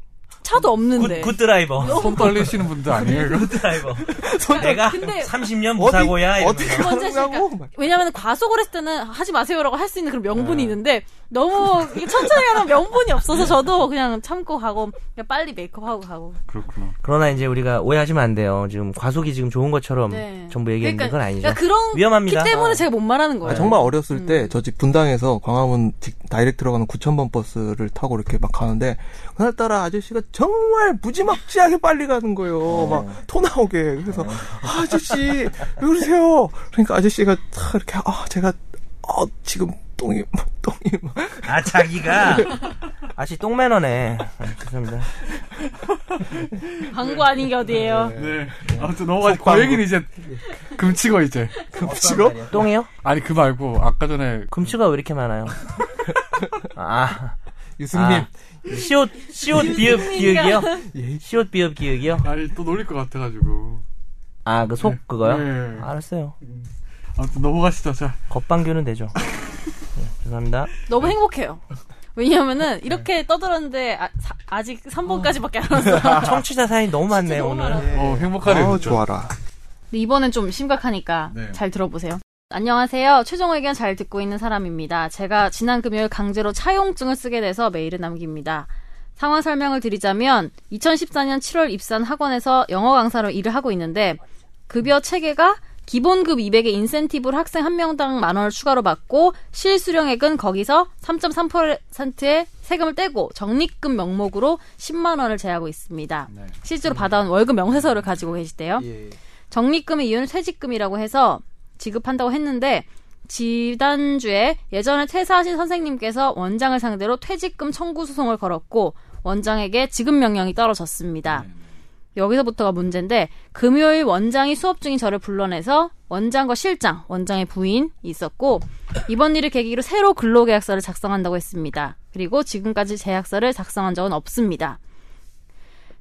차도 없는데.
굿 드라이버.
손 떨리시는 분들 아니에요? 이거?
드라이버. 내가
근데-
30년 무사고야.
어디
이러면서.
먼저
가라고?
시작. 왜냐면 과속을 했을 때는 하지 마세요라고 할 수 있는 그런
네.
명분이 있는데 너무 이게 천천히 하는 명분이 없어서 저도 그냥 참고 가고 그냥 빨리 메이크업하고 가고.
그렇구나.
그러나 이제 우리가 오해하시면 안 돼요. 지금 과속이 지금 좋은 것처럼
네.
전부 얘기하는 건 아니죠.
그러니까 그런
위험합니다. 어.
기 때문에 제가 못 말하는 거예요.
아, 정말 어렸을 때 저 집 분당에서 광화문 직- 다이렉트로 가는 9,000번 버스를 타고 이렇게 막 가는데 그날따라 아저씨가 정말 무지막지하게 빨리 가는
어.
거예요. 막 토 나오게. 그래서 아, 아저씨 왜 그러세요? 그러니까 아저씨가 다 이렇게 아 제가 아 지금 똥이 똥이 막
아 자기가 아씨 똥매너네. 아, 죄송합니다.
광고 아닌 게 어디예요?
네. 아무튼 넘어가. 그 얘기는 이제 금치고 이제.
지금
똥이요?
아니 그 말고 아까 전에
금치가 왜 이렇게 많아요? 아
유승님
아. 시옷 시옷 비읍 네. 기억이요?
그러니까.
예.
시옷 비읍 기억이요?
아니 또 놀릴 것 같아가지고.
아 그 속 그거요?
네.
알았어요.
아무튼 넘어가시죠. 자.
겉방규는 되죠. 네, 죄송합니다.
너무 행복해요.
네.
왜냐면은 이렇게 떠들었는데 아, 직 3번까지밖에 안 왔어.
청취자 사연이 너무 많네
너무
오늘.
많아.
어 행복하네요.
어,
진짜.
좋아라.
근데 이번엔 좀 심각하니까
네.
잘 들어보세요. 안녕하세요. 최종 의견 잘 듣고 있는 사람입니다. 제가 지난 금요일 강제로 차용증을 쓰게 돼서 메일을 남깁니다. 상황 설명을 드리자면 2014년 7월 입사한 학원에서 영어 강사로 일을 하고 있는데 급여 체계가 기본급 200의 인센티브를 학생 한 명당 만 원을 추가로 받고 실수령액은 거기서 3.3%의 세금을 떼고 적립금 명목으로 10만 원을 제하고 있습니다.
네.
실제로 받아온 월급 명세서를 가지고
예.
계시대요.
예.
적립금의 이유는 퇴직금이라고 해서 지급한다고 했는데 지난주에 예전에 퇴사하신 선생님께서 원장을 상대로 퇴직금 청구 소송을 걸었고 원장에게 지급 명령이 떨어졌습니다. 여기서부터가 문제인데 금요일 원장이 수업 중인 저를 불러내서 원장과 실장, 원장의 부인이 있었고 이번 일을 계기로 새로 근로계약서를 작성한다고 했습니다. 그리고 지금까지 계약서를 작성한 적은 없습니다.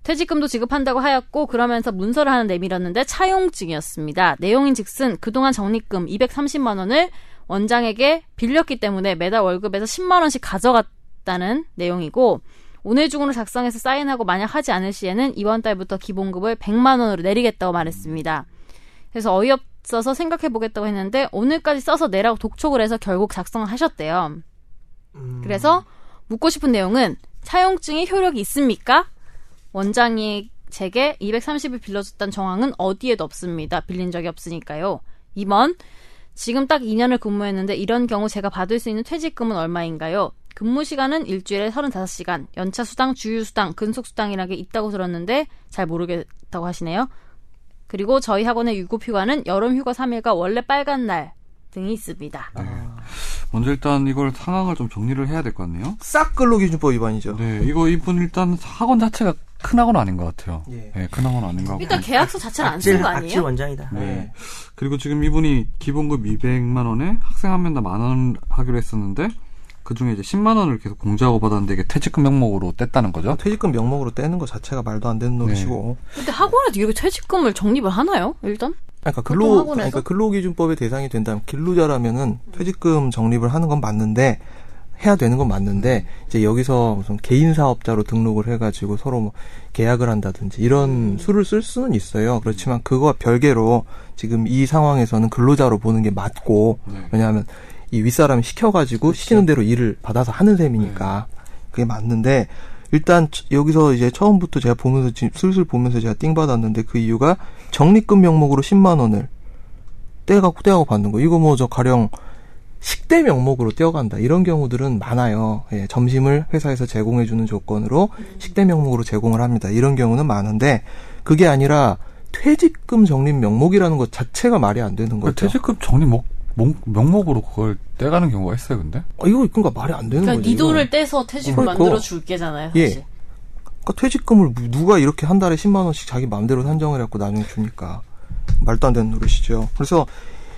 퇴직금도 지급한다고 하였고 그러면서 문서를 하나 내밀었는데 차용증이었습니다. 내용인즉슨 그동안 적립금 230만 원을 원장에게 빌렸기 때문에 매달 월급에서 10만 원씩 가져갔다는 내용이고 오늘 중으로 작성해서 사인하고 만약 하지 않을 시에는 이번 달부터 기본급을 100만 원으로 내리겠다고 말했습니다. 그래서 어이없어서 생각해 보겠다고 했는데 오늘까지 써서 내라고 독촉을 해서 결국 작성을 하셨대요. 그래서 묻고 싶은 내용은 차용증의 효력이 있습니까? 원장이 제게 230을 빌려줬던 정황은 어디에도 없습니다. 빌린 적이 없으니까요. 2번 지금 딱 2년을 근무했는데 이런 경우 제가 받을 수 있는 퇴직금은 얼마인가요? 근무 시간은 일주일에 35시간, 연차 수당, 주휴 수당, 근속 수당이라는 게 있다고 들었는데 잘 모르겠다고 하시네요. 그리고 저희 학원의 유급 휴가는 여름 휴가 3일과 원래 빨간 날 등이 있습니다.
먼저 일단 이걸 상황을 좀 정리를 해야 될 것 같네요.
싹 근로기준법 위반이죠.
네, 이거 이분 일단 학원 자체가 큰 학원 아닌 것 같아요.
예.
네, 큰 학원 아닌 것 같고.
일단 계약서 자체를 안 쓴 거
악질
아니에요?
원장이다.
네. 그리고 지금 이분이 기본급 200만 원에 학생 한 명당 만 원 하기로 했었는데 그 중에 이제 10만 원을 계속 공제하고 받았는데 이게 퇴직금 명목으로 뗐다는 거죠.
퇴직금 명목으로 떼는 거 자체가 말도 안 되는
네.
노릇이고.
근데 학원에도 이렇게 퇴직금을 적립을 하나요? 일단?
그러니까
보통
근로
학원에서?
그러니까 근로기준법의 대상이 된다면 근로자라면은 퇴직금 적립을 하는 건 맞는데 해야 되는 건 맞는데 이제 여기서 무슨 개인 사업자로 등록을 해가지고 서로 뭐 계약을 한다든지 이런 수를 쓸 수는 있어요. 그렇지만 그거와 별개로 지금 이 상황에서는 근로자로 보는 게 맞고
네.
왜냐하면 이 윗사람이 시켜가지고 시키는 대로 일을 받아서 하는 셈이니까 그게 맞는데 일단 처- 여기서 이제 처음부터 제가 보면서 지금 슬슬 보면서 제가 띵 받았는데 그 이유가 적립금 명목으로 10만 원을 떼갖고 떼갖고 받는 거 이거 뭐 저 가령 식대 명목으로 떼어간다 이런 경우들은 많아요. 예, 점심을 회사에서 제공해주는 조건으로
음.
식대 명목으로 제공을 합니다. 이런 경우는 많은데 그게 아니라 퇴직금 적립 명목이라는 것 자체가 말이 안 되는
그
거죠.
퇴직금 적립 목, 목, 명목으로 그걸 떼가는 경우가 있어요, 근데.
아, 이거 그러니까 말이 안 되는
그러니까
거죠.
네 돈을 떼서 퇴직금
그러니까.
만들어 줄게잖아요.
예.
사실.
그러니까 퇴직금을 누- 누가 이렇게 한 달에 10만 원씩 자기 마음대로 산정을 해갖고 나중에 주니까 말도 안 되는 노릇이죠. 그래서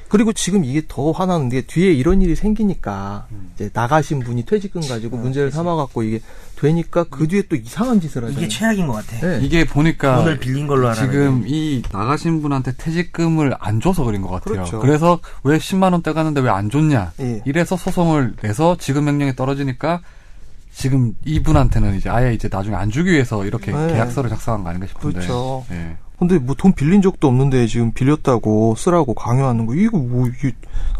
그리고 지금 이게 더 화나는 게 뒤에 이런 일이 생기니까
음.
이제 나가신 분이 퇴직금 가지고 문제를 삼아갖고 이게 되니까 그 뒤에 또 이상한 짓을 하잖아요.
그렇죠. 이게 최악인 것 같아.
네.
이게 보니까
돈을 빌린 걸로 하라는.
그러니까 지금 이 나가신 분한테 퇴직금을 안 줘서 그린 것 같아요.
그렇죠.
래서왜 10만 원 떼가는데 왜 안 줬냐.
예.
이래서 소송을 내서 지급 명령이 떨어지니까 지금 이분한테는 이제 아예 이제 나중에 안 주기 위해서 이렇게
네.
계약서를 작성한 거 아닌가 싶은데.
그렇죠.
예.
근데 뭐 돈 빌린 적도 없는데 지금 빌렸다고 쓰라고 강요하는 거 이거 뭐 이게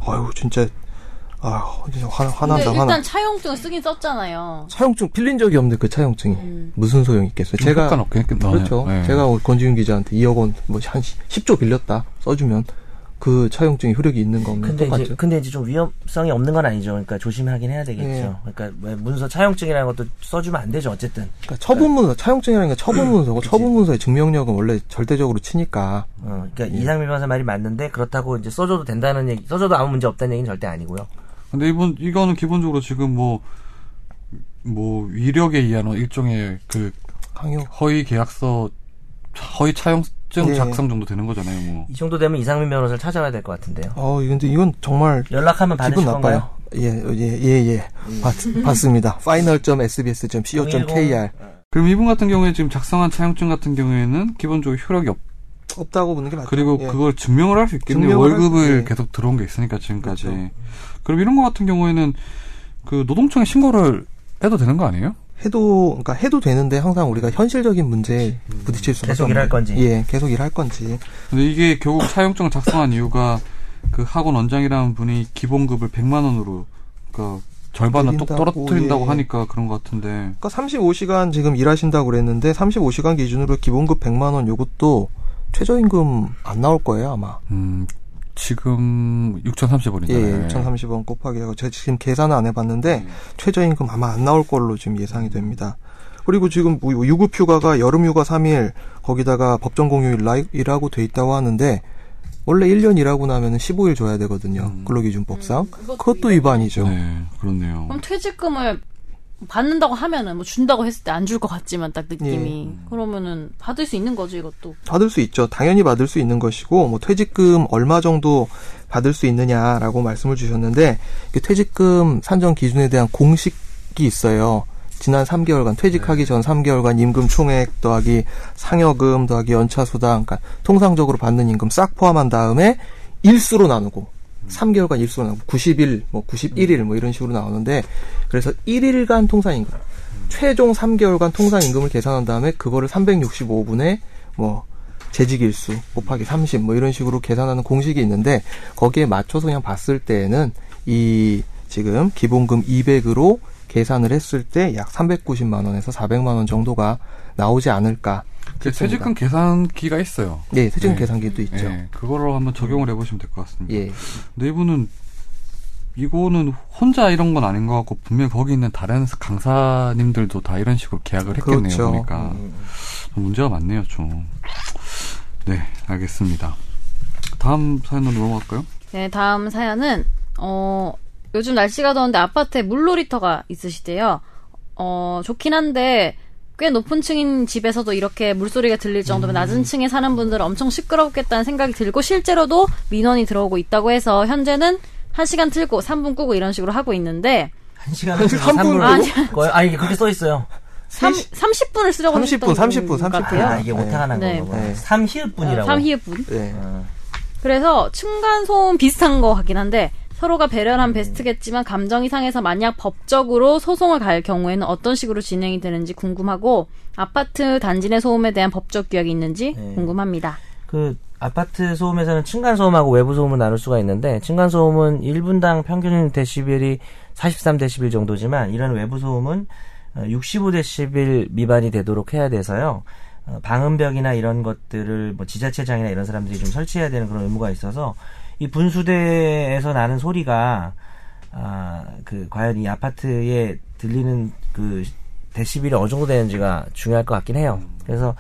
아유 진짜 아유 진짜 화,
근데
화난다
일단
화나.
차용증 쓰긴 썼잖아요.
차용증 빌린 적이 없는데 그 차용증이
음.
무슨 소용 있겠어요?
좀
제가
효과는 없겠네요.
그렇죠.
예.
제가 오늘 권지윤 기자한테 2억 원뭐한 10조 빌렸다 써주면 그 차용증이 효력이 있는 거 없는
근데
똑같죠.
이제 그러니까 근데 이제 좀 위험성이 없는 건 아니죠. 그러니까 조심하긴 해야 되겠죠.
예.
네.
그러니까 왜 문서 차용증이라는 것도 써주면 안 되죠. 어쨌든
그러니까 처분
네.
문서 차용증이라는 게 처분 문서고 처분 문서의 증명력은 원래 절대적으로 치니까
어, 그러니까
네.
이상민 변호사 말이 맞는데 그렇다고 이제 써줘도 된다는 얘기, 써줘도 아무 문제 없다는 얘기는 절대 아니고요.
근데 이분 이거는 기본적으로 지금 뭐 뭐 위력에 의한 일종의 그
강요
허위 계약서 허위 차용증
네.
작성 정도 되는 거잖아요. 뭐.
이 정도 되면 이상민 변호사를 찾아가야 될 것 같은데요.
어, 근데 이건 정말
연락하면 받으실
기분
건가요? 음.
나빠요. 예, 예, 예, 예. 받, 받습니다. final.sbs.co.kr.
그럼 이분 같은 경우에 지금 작성한 차용증 같은 경우에는 기본적으로 효력이 없.
없다고 보는 게 맞죠.
그리고
예.
그걸 증명을 할 수 있겠네요.
증명을 할 수-
월급을
예.
계속 들어온 게 있으니까 지금까지.
그렇죠.
그럼 이런 거 같은 경우에는 그 노동청에 신고를 해도 되는 거 아니에요?
해도, 그러니까 해도 되는데 항상 우리가 현실적인 문제에 부딪힐
음.
수밖에
계속 일할
없는
건지.
예, 계속 일할 건지.
근데 이게 결국 차용증을 작성한 이유가 그 학원 원장이라는 분이 기본급을 100만 원으로 그러니까 절반을 똑
늘린다고,
떨어뜨린다고
예.
하니까 그런 것 같은데.
그러니까 35시간 지금 일하신다고 그랬는데 35시간 기준으로 기본급 100만 원 요것도 최저임금 안 나올 거예요, 아마.
음, 지금 6,030원이잖아요.
예,
네.
6,030원 곱하기 하고 제가 지금 계산은 안 해봤는데
음.
최저임금 아마 안 나올 걸로 지금 예상이 됩니다. 그리고 지금 뭐 유급휴가가 여름휴가 3일 거기다가 법정 공휴일 라- 일하고 돼 있다고 하는데 원래 1년 일하고 나면은 15일 줘야 되거든요.
음.
근로기준법상
음, 그것도
그것도
위반.
위반이죠.
네, 그렇네요.
그럼 퇴직금을 받는다고 하면은 뭐 준다고 했을 때 안 줄 것 같지만 딱 느낌이
예.
그러면은 받을 수 있는 거죠 이것도
받을 수 있죠. 당연히 받을 수 있는 것이고 뭐 퇴직금 얼마 정도 받을 수 있느냐라고 말씀을 주셨는데 이 퇴직금 산정 기준에 대한 공식이 있어요. 지난 3개월간 퇴직하기 전 3개월간 임금 총액 더하기 상여금 더하기 연차 수당 그러니까 통상적으로 받는 임금 싹 포함한 다음에 일수로 나누고 3개월간 일수로 나누고 90일 뭐 91일 뭐 이런 식으로 나오는데 그래서 1일간 통상 임금 최종 3개월간 통상 임금을 계산한 다음에 그거를 365분에 뭐 재직일수 곱하기 30 뭐 이런 식으로 계산하는 공식이 있는데 거기에 맞춰서 그냥 봤을 때에는 이 지금 기본금 200으로 계산을 했을 때 약 390만 원에서 400만 원 정도가 나오지 않을까
그 퇴직금 계산기가 있어요.
네, 퇴직금
네.
계산기도 있죠.
예, 그거로 한번 적용을 해보시면 될 것 같습니다.
예.
근데 이분은 이거는 혼자 이런 건 아닌 것 같고 분명 히 거기 있는 다른 강사님들도 다 이런 식으로 계약을 했겠네요
그렇죠.
보니까 좀 문제가 많네요 좀. 네 알겠습니다. 다음 사연으로 넘어갈까요?
네 다음 사연은 어 요즘 날씨가 더운데 아파트에 물놀이터가 있으시대요 어 좋긴 한데 꽤 높은 층인 집에서도 이렇게 물소리가 들릴 정도면 낮은 층에 사는 분들은 엄청 시끄럽겠다는 생각이 들고 실제로도 민원이 들어오고 있다고 해서 현재는 1시간 틀고 3분 끄고 이런 식으로 하고 있는데
한 시간을
한 분을
거의 아 이게 그렇게 써 있어요.
삼 30분을 쓰려고
30분,
했던
30분,
것
30분.
같아요.
아 이게
네.
오타가 난
네.
거구나.
네.
삼희읍분이라고.
삼희분
네.
어.
그래서 층간 소음 비슷한 거 같긴 한데 서로가 배려한 베스트겠지만 감정이 상해서 만약 법적으로 소송을 갈 경우에는 어떤 식으로 진행이 되는지 궁금하고 아파트 단지 내 소음에 대한 법적 규약이 있는지
네.
궁금합니다.
그 아파트 소음에서는 층간 소음하고 외부 소음을 나눌 수가 있는데 층간 소음은 1분당 평균 데시벨이 43 데시벨 정도지만 이런 외부 소음은 65 데시벨 미만이 되도록 해야 돼서요. 어, 방음벽이나 이런 것들을 뭐 지자체장이나 이런 사람들이 좀 설치해야 되는 그런 의무가 있어서 이 분수대에서 나는 소리가 아, 그 과연 이 아파트에 들리는 그 데시벨이 어느 정도 되는지가 중요할 것 같긴 해요.
음.
그래서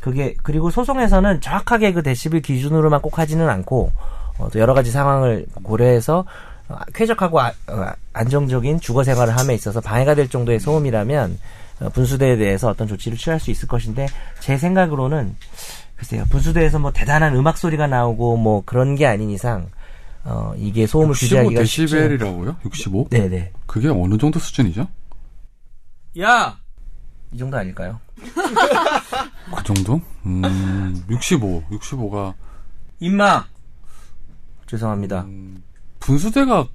그게 그리고 소송에서는 정확하게 그 데시벨 기준으로만 꼭 하지는 않고 어, 또 여러 가지 상황을 고려해서 어, 쾌적하고 아- 어, 안정적인 주거 생활을 함에 있어서 방해가 될 정도의 소음이라면 어, 분수대에 대해서 어떤 조치를 취할 수 있을 것인데 제 생각으로는 글쎄요 분수대에서 뭐 대단한 음악 소리가 나오고 뭐 그런 게 아닌 이상 어, 이게 소음을
65
규제하기가 쉽지
뭐 데시벨이라고요? 65?
네네
그게 어느 정도 수준이죠?
야! 이 정도 아닐까요?
그 정도? 음, 65, 65가
임마! 죄송합니다.
분수대가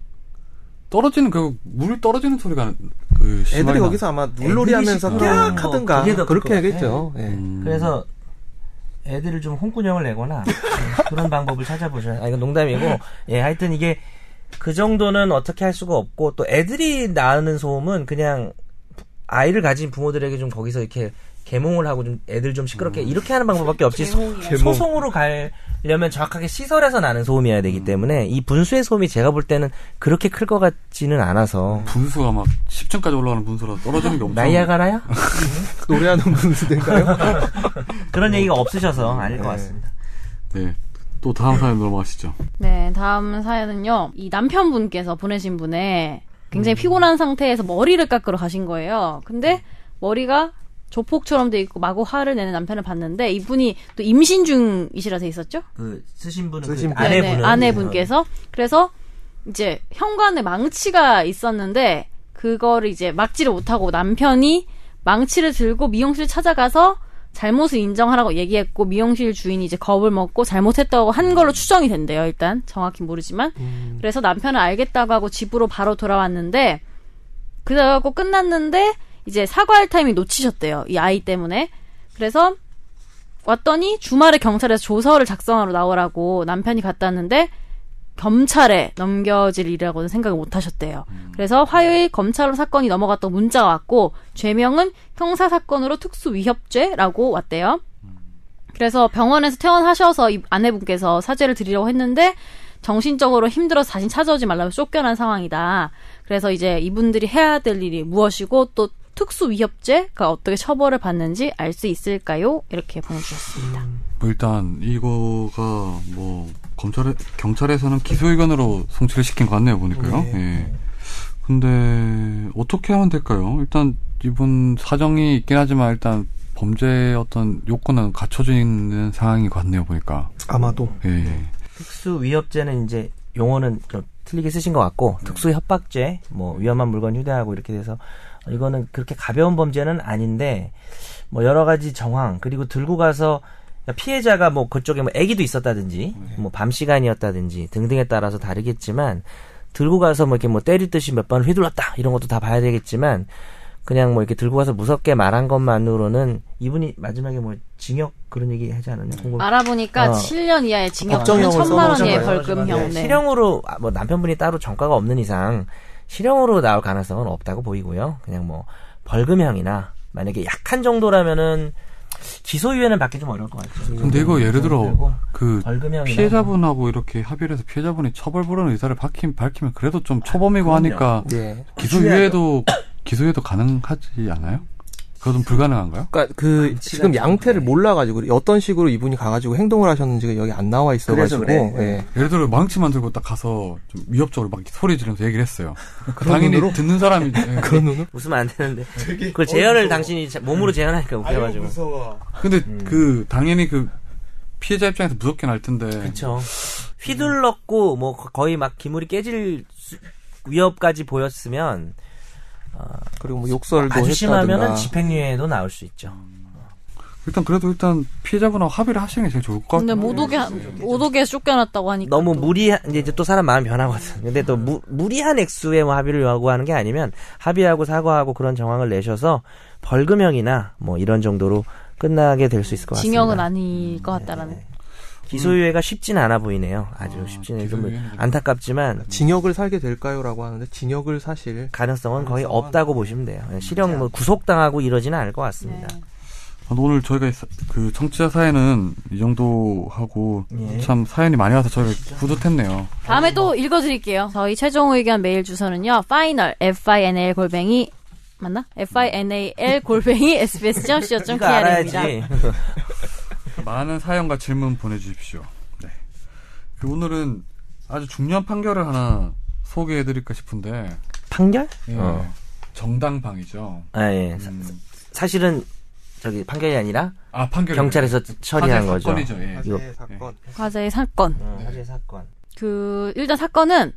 떨어지는 결국 물이 떨어지는 소리가 그 그
애들이
심하게
거기서 아마 물놀이
애들이
하면서
시끄러워.
깍 하든가
그게 더클것
그렇게
같아.
하겠죠. 예.
음.
그래서 애들을 좀 홍군형을 내거나 그런 방법을 찾아보셔야. 아 이건 농담이고 예 하여튼 이게 그 정도는 어떻게 할 수가 없고 또 애들이 낳는 소음은 그냥 아이를 가진 부모들에게 좀 거기서 이렇게 계몽을 하고 좀 애들 좀 시끄럽게 이렇게 하는 방법밖에 없지 소-
계몽이요.
소송으로 가려면 정확하게 시설에서 나는 소음이어야 되기 때문에 이 분수의 소음이 제가 볼 때는 그렇게 클 것 같지는 않아서
분수가 막 10층까지 올라가는 분수라 떨어지는 게 엄청
나이아가라야
노래하는 분들인가요?
그런 얘기가 없으셔서 아닐 것 같습니다.
네. 또 다음 사연 넘어가시죠.
네, 다음 사연은요. 이 남편분께서 보내신 분의 굉장히 피곤한 상태에서 머리를 깎으러 가신 거예요. 근데 머리가 조폭처럼 돼 있고 마구 화를 내는 남편을 봤는데 이분이 또 임신 중이시라 돼 있었죠?
그 쓰신 분은
쓰신
그
분.
네,
아내분은
네, 아내분께서 그래서 이제 현관에 망치가 있었는데 그거를 이제 막지를 못하고 남편이 망치를 들고 미용실 찾아가서 잘못을 인정하라고 얘기했고 미용실 주인이 이제 겁을 먹고 잘못했다고 한 걸로 추정이 된대요. 일단 정확히 모르지만
음.
그래서 남편은 알겠다고 하고 집으로 바로 돌아왔는데 그래갖고 끝났는데 이제 사과할 타이밍 놓치셨대요. 이 아이 때문에 그래서 왔더니 주말에 경찰에서 조서를 작성하러 나오라고 남편이 갔다 왔는데 검찰에 넘겨질 일이라고는 생각을 못 하셨대요. 그래서 화요일 검찰로 사건이 넘어갔던 문자가 왔고 죄명은 형사 사건으로 특수 위협죄라고 왔대요. 그래서 병원에서 퇴원하셔서 이 아내분께서 사죄를 드리려고 했는데 정신적으로 힘들어서 다시 찾아오지 말라고 쫓겨난 상황이다. 그래서 이제 이분들이 해야 될 일이 무엇이고 또 특수 위협죄가 어떻게 처벌을 받는지 알 수 있을까요? 이렇게 보내주셨습니다.
뭐 일단 이거가 뭐 검찰에 경찰에서는 기소 의견으로 송치를 시킨 것 같네요 보니까요.
네.
예. 근데 어떻게 하면 될까요? 일단 이분 사정이 있긴 하지만 일단 범죄의 어떤 요건은 갖춰져 있는 상황인 것 같네요 보니까.
아마도
예.
특수 위협죄는 이제 용어는 좀 틀리게 쓰신 것 같고 특수 협박죄, 뭐 위험한 물건 휴대하고 이렇게 돼서 이거는 그렇게 가벼운 범죄는 아닌데 뭐 여러 가지 정황 그리고 들고 가서 피해자가 뭐 그쪽에 뭐 아기도 있었다든지 뭐 밤 시간이었다든지 등등에 따라서 다르겠지만 들고 가서 뭐 이렇게 뭐 때리듯이 몇 번 휘둘렀다 이런 것도 다 봐야 되겠지만 그냥 뭐 이렇게 들고 가서 무섭게 말한 것만으로는 이분이 마지막에 뭐 징역 그런 얘기 하지 않았냐? 공범
알아보니까
어.
7년 이하의 징역,
법정형을
1천만 원의
써놓으셨나요?
벌금형. 네.
아, 실형으로 아, 뭐 남편분이 따로 전과가 없는 이상 실형으로 나올 가능성은 없다고 보이고요. 그냥 뭐 벌금형이나 만약에 약한 정도라면은 기소유예는 받기 좀 어려울 것 같아요.
근데 이거 예를 들어 그
벌금형이나
피해자분하고 이렇게 합의를 해서 피해자분이 처벌 부르는 의사를 밝히, 밝히면 그래도 좀 처범이고 하니까
예.
기소유예도 기소유예도 가능하지 않아요? 그건 불가능한가요?
그러니까
아,
그 지금 양태를
네.
몰라가지고 어떤 식으로 이분이 가가지고 행동을 하셨는지가 여기 안 나와 있어가지고
그래서 그래.
예.
예를 들어 망치만 들고 딱 가서 좀 위협적으로 막 소리 지르면서 얘기를 했어요. 당연히 듣는 사람이 예.
네.
그런 눈으로
웃으면 안 되는데 그걸 재현을 당신이 자- 몸으로
네.
재현하니까 웃겨가지고
근데 그 당연히 그 피해자 입장에서 무섭긴 할 텐데
그렇죠. 휘둘렀고 뭐 거- 거의 막 기물이 깨질 수- 위협까지 보였으면
그리고 뭐 욕설도
아주 심하면은
했다든가.
집행유예도 나올 수 있죠.
일단 그래도 일단 피해자분하고 합의를 하시는 게 제일 좋을 것
근데
같아요.
못 오게 못 오게 쫓겨났다고 하니까
네. 너무
또.
무리한 이제 또 사람 마음 이 변하거든. 근데 또 무, 무리한 액수의 뭐 합의를 요구하는 게 아니면 합의하고 사과하고 그런 정황을 내셔서 벌금형이나 뭐 이런 정도로 끝나게 될 수 있을 것 같습니다. 네.
징역은 아닐 것 같다라는.
기소유예가 쉽진 않아 보이네요. 아주 쉽진 않아서 뭐
기소유예는 좀- 아,
안타깝지만
징역을 살게 될까요라고 하는데 징역을 사실
가능성은 거의 없다고 보시면 돼요. 실형 뭐 구속당하고 이러지는 않을 것 같습니다.
네.
아, 오늘 저희가 사- 그 청취자 사연은 이 정도 하고 참 사연이 많이 와서 저희가 뿌듯했네요.
다음에 또 읽어드릴게요. 저희 최종 의견 메일 주소는요. final f i n a l 골뱅이 맞나? f i n a l 골뱅이 s b s c o c k
이거
r 입니다.
알아야지.
많은 사연과 질문 보내주십시오. 네. 그 오늘은 아주 중요한 판결을 하나 소개해드릴까 싶은데
판결?
예.
어.
정당방위죠.
아, 예. 사-
음.
사실은 저기 판결이 아니라
아 판결
경찰에서 처리한 거죠.
사건이죠. 네. 예.
이거-
사건
과자의 사건.
음, 화재 사건.
그 일단 사건은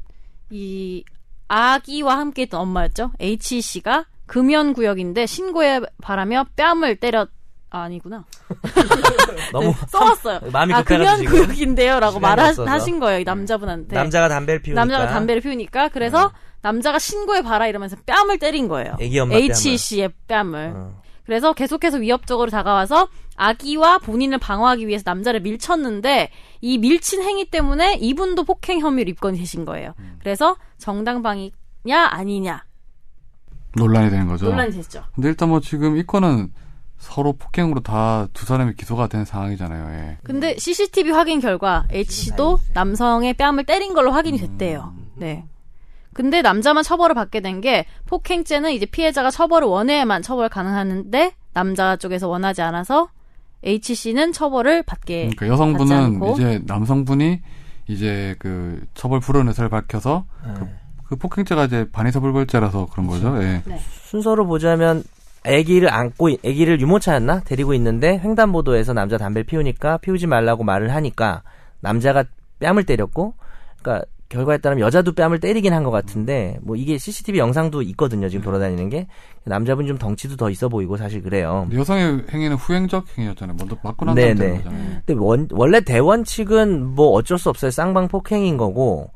이 아기와 함께했던 엄마였죠. H 씨가 금연 구역인데 신고에 바라며 뺨을 때렸 아, 아니구나. 네.
너무
써왔어요.
마음이
아
급해가지고
금연
지금.
구역인데요라고
시간이 없어서.
말하신 거예요. 이 남자분한테.
네. 남자가 담배를 피우니까 어.
남자가 담배를 피우니까 그래서 남자가 신고해 봐라 이러면서 뺨을 때린 거예요.
애기 엄마 뺨을.
HC의 뺨을.
어.
그래서 계속해서 위협적으로 다가와서 아기와 본인을 방어하기 위해서 남자를 밀쳤는데 이 밀친 행위 때문에 이분도 폭행 혐의로 입건이 되신 거예요.
음.
그래서 정당방위냐 아니냐
논란이 되는 거죠.
논란이 됐죠.
근데 일단 뭐 지금 이 건은 서로 폭행으로 다 두 사람이 기소가 된 상황이잖아요. 예.
근데 CCTV 확인 결과 H도 남성의 뺨을 때린 걸로 확인이 됐대요.
음.
네. 근데 남자만 처벌을 받게 된 게 폭행죄는 이제 피해자가 처벌을 원해야만 처벌 가능하는데 남자 쪽에서 원하지 않아서 H 씨는 처벌을 받게
음.
그러니까
받지
여성분은
않고.
이제 남성분이 이제 그 처벌 불허 의사를 밝혀서
네.
그 폭행죄가 이제 반의처벌벌죄라서 그런
그렇죠.
거죠. 예.
네. 순서로 보자면 아기를 안고 있- 아기를 유모차였나 데리고 있는데 횡단보도에서 남자 담배 피우니까 피우지 말라고 말을 하니까 남자가 뺨을 때렸고 그러니까 결과에 따르면 여자도 뺨을 때리긴 한 것 같은데 뭐 이게 CCTV 영상도 있거든요 지금 돌아다니는 게 남자분 좀 덩치도 더 있어 보이고 사실 그래요.
근데 여성의 행위는 후행적 행위였잖아요. 먼저 맞고 난 다음에
네,
되는
네.
거잖아요.
근데 원, 원래 대원칙은 뭐 어쩔 수 없어요. 쌍방 폭행인 거고,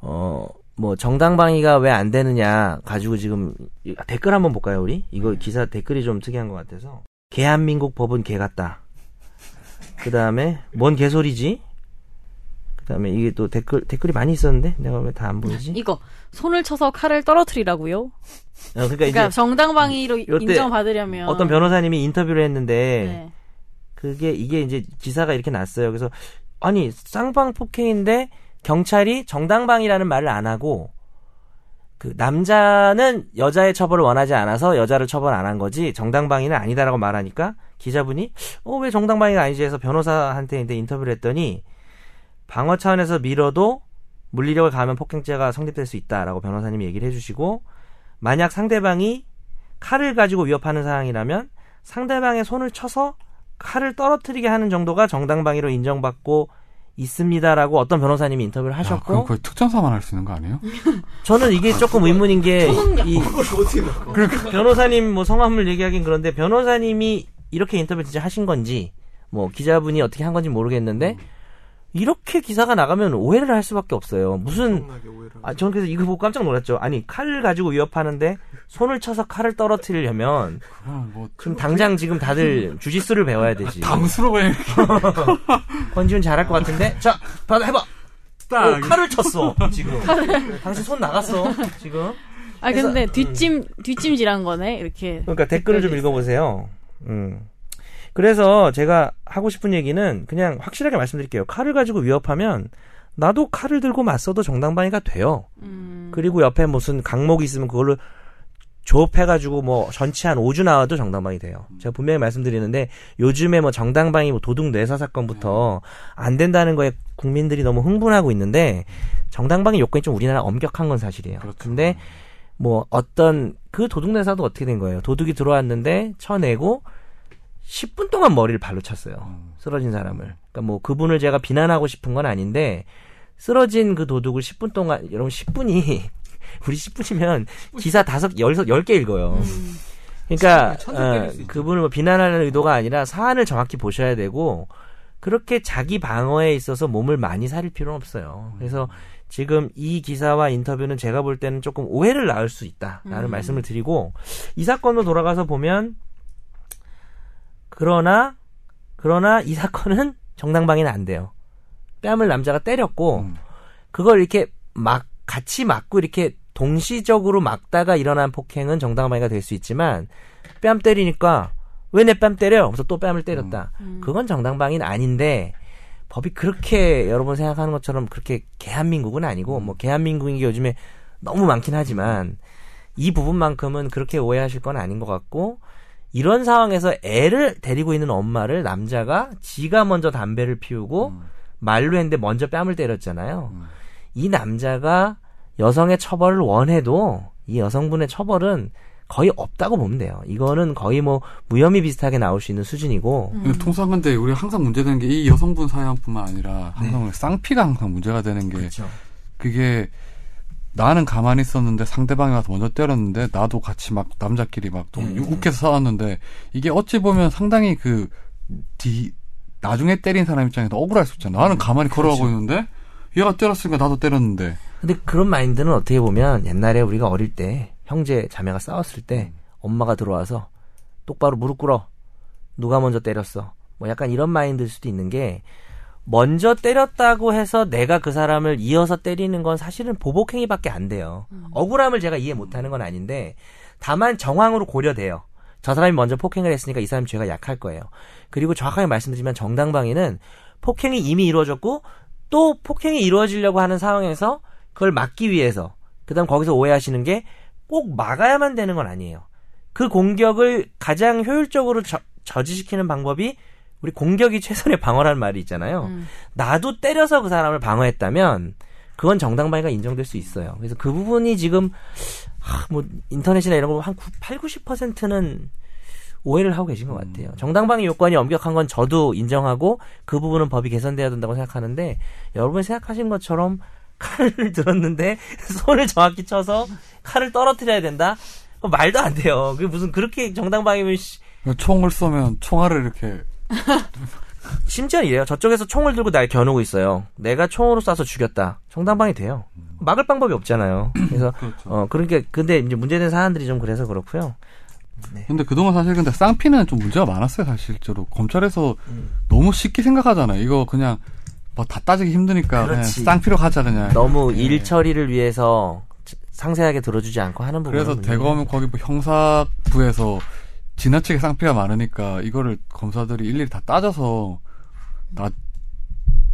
어, 뭐 정당방위가 왜 안 되느냐 가지고 지금 이- 아, 댓글 한번 볼까요, 우리? 이거
네.
기사 댓글이 좀 특이한 것 같아서. 대한민국 법은 개 같다. 그 다음에 뭔 개소리지? 그 다음에 이게 또 댓글 댓글이 많이 있었는데 내가 왜 다 안 보이지?
이거 손을 쳐서 칼을 떨어뜨리라고요.
어, 그러니까
그러니까
이제
정당방위로
요때
인정받으려면
어떤 변호사님이 인터뷰를 했는데
네.
그게 이게 이제 기사가 이렇게 났어요. 그래서 아니 쌍방 폭행인데 경찰이 정당방이라는 말을 안 하고 그 남자는 여자의 처벌을 원하지 않아서 여자를 처벌 안 한 거지 정당방위는 아니다라고 말하니까 기자분이 어 왜 정당방위가 아니지 해서 변호사한테 이제 인터뷰를 했더니 방어 차원에서 밀어도 물리력을 가하면 폭행죄가 성립될 수 있다라고 변호사님이 얘기를 해주시고 만약 상대방이 칼을 가지고 위협하는 상황이라면 상대방의 손을 쳐서 칼을 떨어뜨리게 하는 정도가 정당방위로 인정받고 있습니다라고 어떤 변호사님이 인터뷰를
야, 아, 그럼
하셨고
거의 특전사만 할 수 있는 거 아니에요?
저는 이게 조금 의문인 게 이그 변호사님 뭐 성함을 얘기하긴 그런데 변호사님이 이렇게 인터뷰 진짜 하신 건지 뭐 기자분이 어떻게 한 건지 모르겠는데 이렇게 기사가 나가면 오해를 할 수밖에 없어요. 무슨 아, 저는 그래서 이거 보고 깜짝 놀랐죠. 아니, 칼을 가지고 위협하는데 손을 쳐서 칼을 떨어뜨리려면
그건 뭐
지금 당장 지금 다들 주짓수를 배워야 되지.
아, 당수로
네.
이렇게
권지훈 잘할 것 같은데. 자, 받아 해봐. 오, 칼을 쳤어 지금. 당신 손 나갔어 지금.
아 근데
음.
뒷짐 뒷짐질한 거네 이렇게
그러니까 댓글을 좀
댓글이
읽어보세요. 음. 그래서 제가 하고 싶은 얘기는 그냥 확실하게 말씀드릴게요. 칼을 가지고 위협하면 나도 칼을 들고 맞서도 정당방위가 돼요.
음,
그리고 옆에 무슨 강목이 있으면 그걸로 조업해가지고 뭐 전치 한 5주 나와도 정당방위 돼요. 제가 분명히 말씀드리는데 요즘에 뭐 정당방위 뭐 도둑 뇌사 사건부터 안 된다는 거에 국민들이 너무 흥분하고 있는데 정당방위 요건이 좀 우리나라 엄격한 건 사실이에요.
그렇죠.
근데 뭐 어떤 그 도둑 뇌사도 어떻게 된 거예요? 도둑이 들어왔는데 쳐내고 10분 동안 머리를 발로 찼어요.
음.
쓰러진 사람을. 그러니까 뭐 그분을 제가 비난하고 싶은 건 아닌데 쓰러진 그 도둑을 10분 동안 여러분 10분이 우리 10분이면 기사 다섯 열0개 읽어요. 그러니까 어, 그분을 뭐 비난하는 의도가 아니라 사안을 정확히 보셔야 되고 그렇게 자기 방어에 있어서 몸을 많이 사릴 필요는 없어요. 그래서 지금 이 기사와 인터뷰는 제가 볼 때는 조금 오해를 낳을 수 있다라는 말씀을 드리고 이 사건으로 돌아가서 보면 그러나 그러나 이 사건은 정당방위는 안 돼요. 뺨을 남자가 때렸고
음.
그걸 이렇게 막 같이 막고 이렇게 동시적으로 막다가 일어난 폭행은 정당방위가 될 수 있지만 뺨 때리니까 왜 내 뺨 때려? 하면서 또 뺨을 때렸다. 그건 정당방위는 아닌데 법이 그렇게 여러분 생각하는 것처럼 그렇게 개한민국은 아니고 뭐 개한민국인 게 요즘에 너무 많긴 하지만 이 부분만큼은 그렇게 오해하실 건 아닌 것 같고 이런 상황에서 애를 데리고 있는 엄마를 남자가 지가 먼저 담배를 피우고 말로 했는데 먼저 뺨을 때렸잖아요. 이 남자가 여성의 처벌을 원해도 이 여성분의 처벌은 거의 없다고 보면 돼요. 이거는 거의 뭐 무혐의 비슷하게 나올 수 있는 수준이고
근데 통상 근데 우리 가 항상 문제되는 게 이 여성분 사연뿐만 아니라 항상 쌍피가 항상 문제가 되는 게 그게 나는 가만히 있었는데 상대방이 와서 먼저 때렸는데 나도 같이 막 남자끼리 막 너무 욕해서 싸웠는데 이게 어찌 보면 상당히 그 뒤 나중에 때린 사람 입장에서 억울할 수 있잖아. 나는 가만히 걸어가고 있는데 얘가 때렸으니까 나도 때렸는데.
근데 그런 마인드는 어떻게 보면 옛날에 우리가 어릴 때 형제 자매가 싸웠을 때 엄마가 들어와서 똑바로 무릎 꿇어 누가 먼저 때렸어 뭐 약간 이런 마인드일 수도 있는 게 먼저 때렸다고 해서 내가 그 사람을 이어서 때리는 건 사실은 보복행위밖에 안 돼요 억울함을 제가 이해 못하는 건 아닌데 다만 정황으로 고려돼요 저 사람이 먼저 폭행을 했으니까 이 사람 죄가 약할 거예요 그리고 정확하게 말씀드리면 정당방위는 폭행이 이미 이루어졌고 또 폭행이 이루어지려고 하는 상황에서 그걸 막기 위해서 그다음 거기서 오해하시는 게 꼭 막아야만 되는 건 아니에요. 그 공격을 가장 효율적으로 저, 저지시키는 방법이 우리 공격이 최선의 방어라는 말이 있잖아요.
음.
나도 때려서 그 사람을 방어했다면 그건 정당방위가 인정될 수 있어요. 그래서 그 부분이 지금 하, 뭐 인터넷이나 이런 거 한 8, 90%는 오해를 하고 계신 것 같아요. 정당방위 요건이 엄격한 건 저도 인정하고 그 부분은 법이 개선돼야 된다고 생각하는데 여러분이 생각하신 것처럼 칼을 들었는데 손을 정확히 쳐서 칼을 떨어뜨려야 된다? 그거 말도 안 돼요. 그게 무슨 그렇게 정당방위면 씨-
그러니까 총을 쏘면 총알을 이렇게
심지어 이래요. 저쪽에서 총을 들고 날 겨누고 있어요. 내가 총으로 쏴서 죽였다. 정당방위 돼요. 막을 방법이 없잖아요. 그래서
음. 그렇죠.
어 그러니까 근데 이제 문제된 사안들이 좀 그래서 그렇고요.
근데 그동안 사실 근데 쌍피는 좀 문제가 많았어요, 사실 실제로. 검찰에서 너무 쉽게 생각하잖아요. 이거 그냥 뭐 다 따지기 힘드니까 그냥
그렇지.
쌍피로 가자 그냥.
너무
예.
일 처리를 위해서 상세하게 들어주지 않고 하는 부분.
그래서 대검 거기 뭐 형사부에서 지나치게 쌍피가 많으니까 이거를 검사들이 일일이 다 따져서 나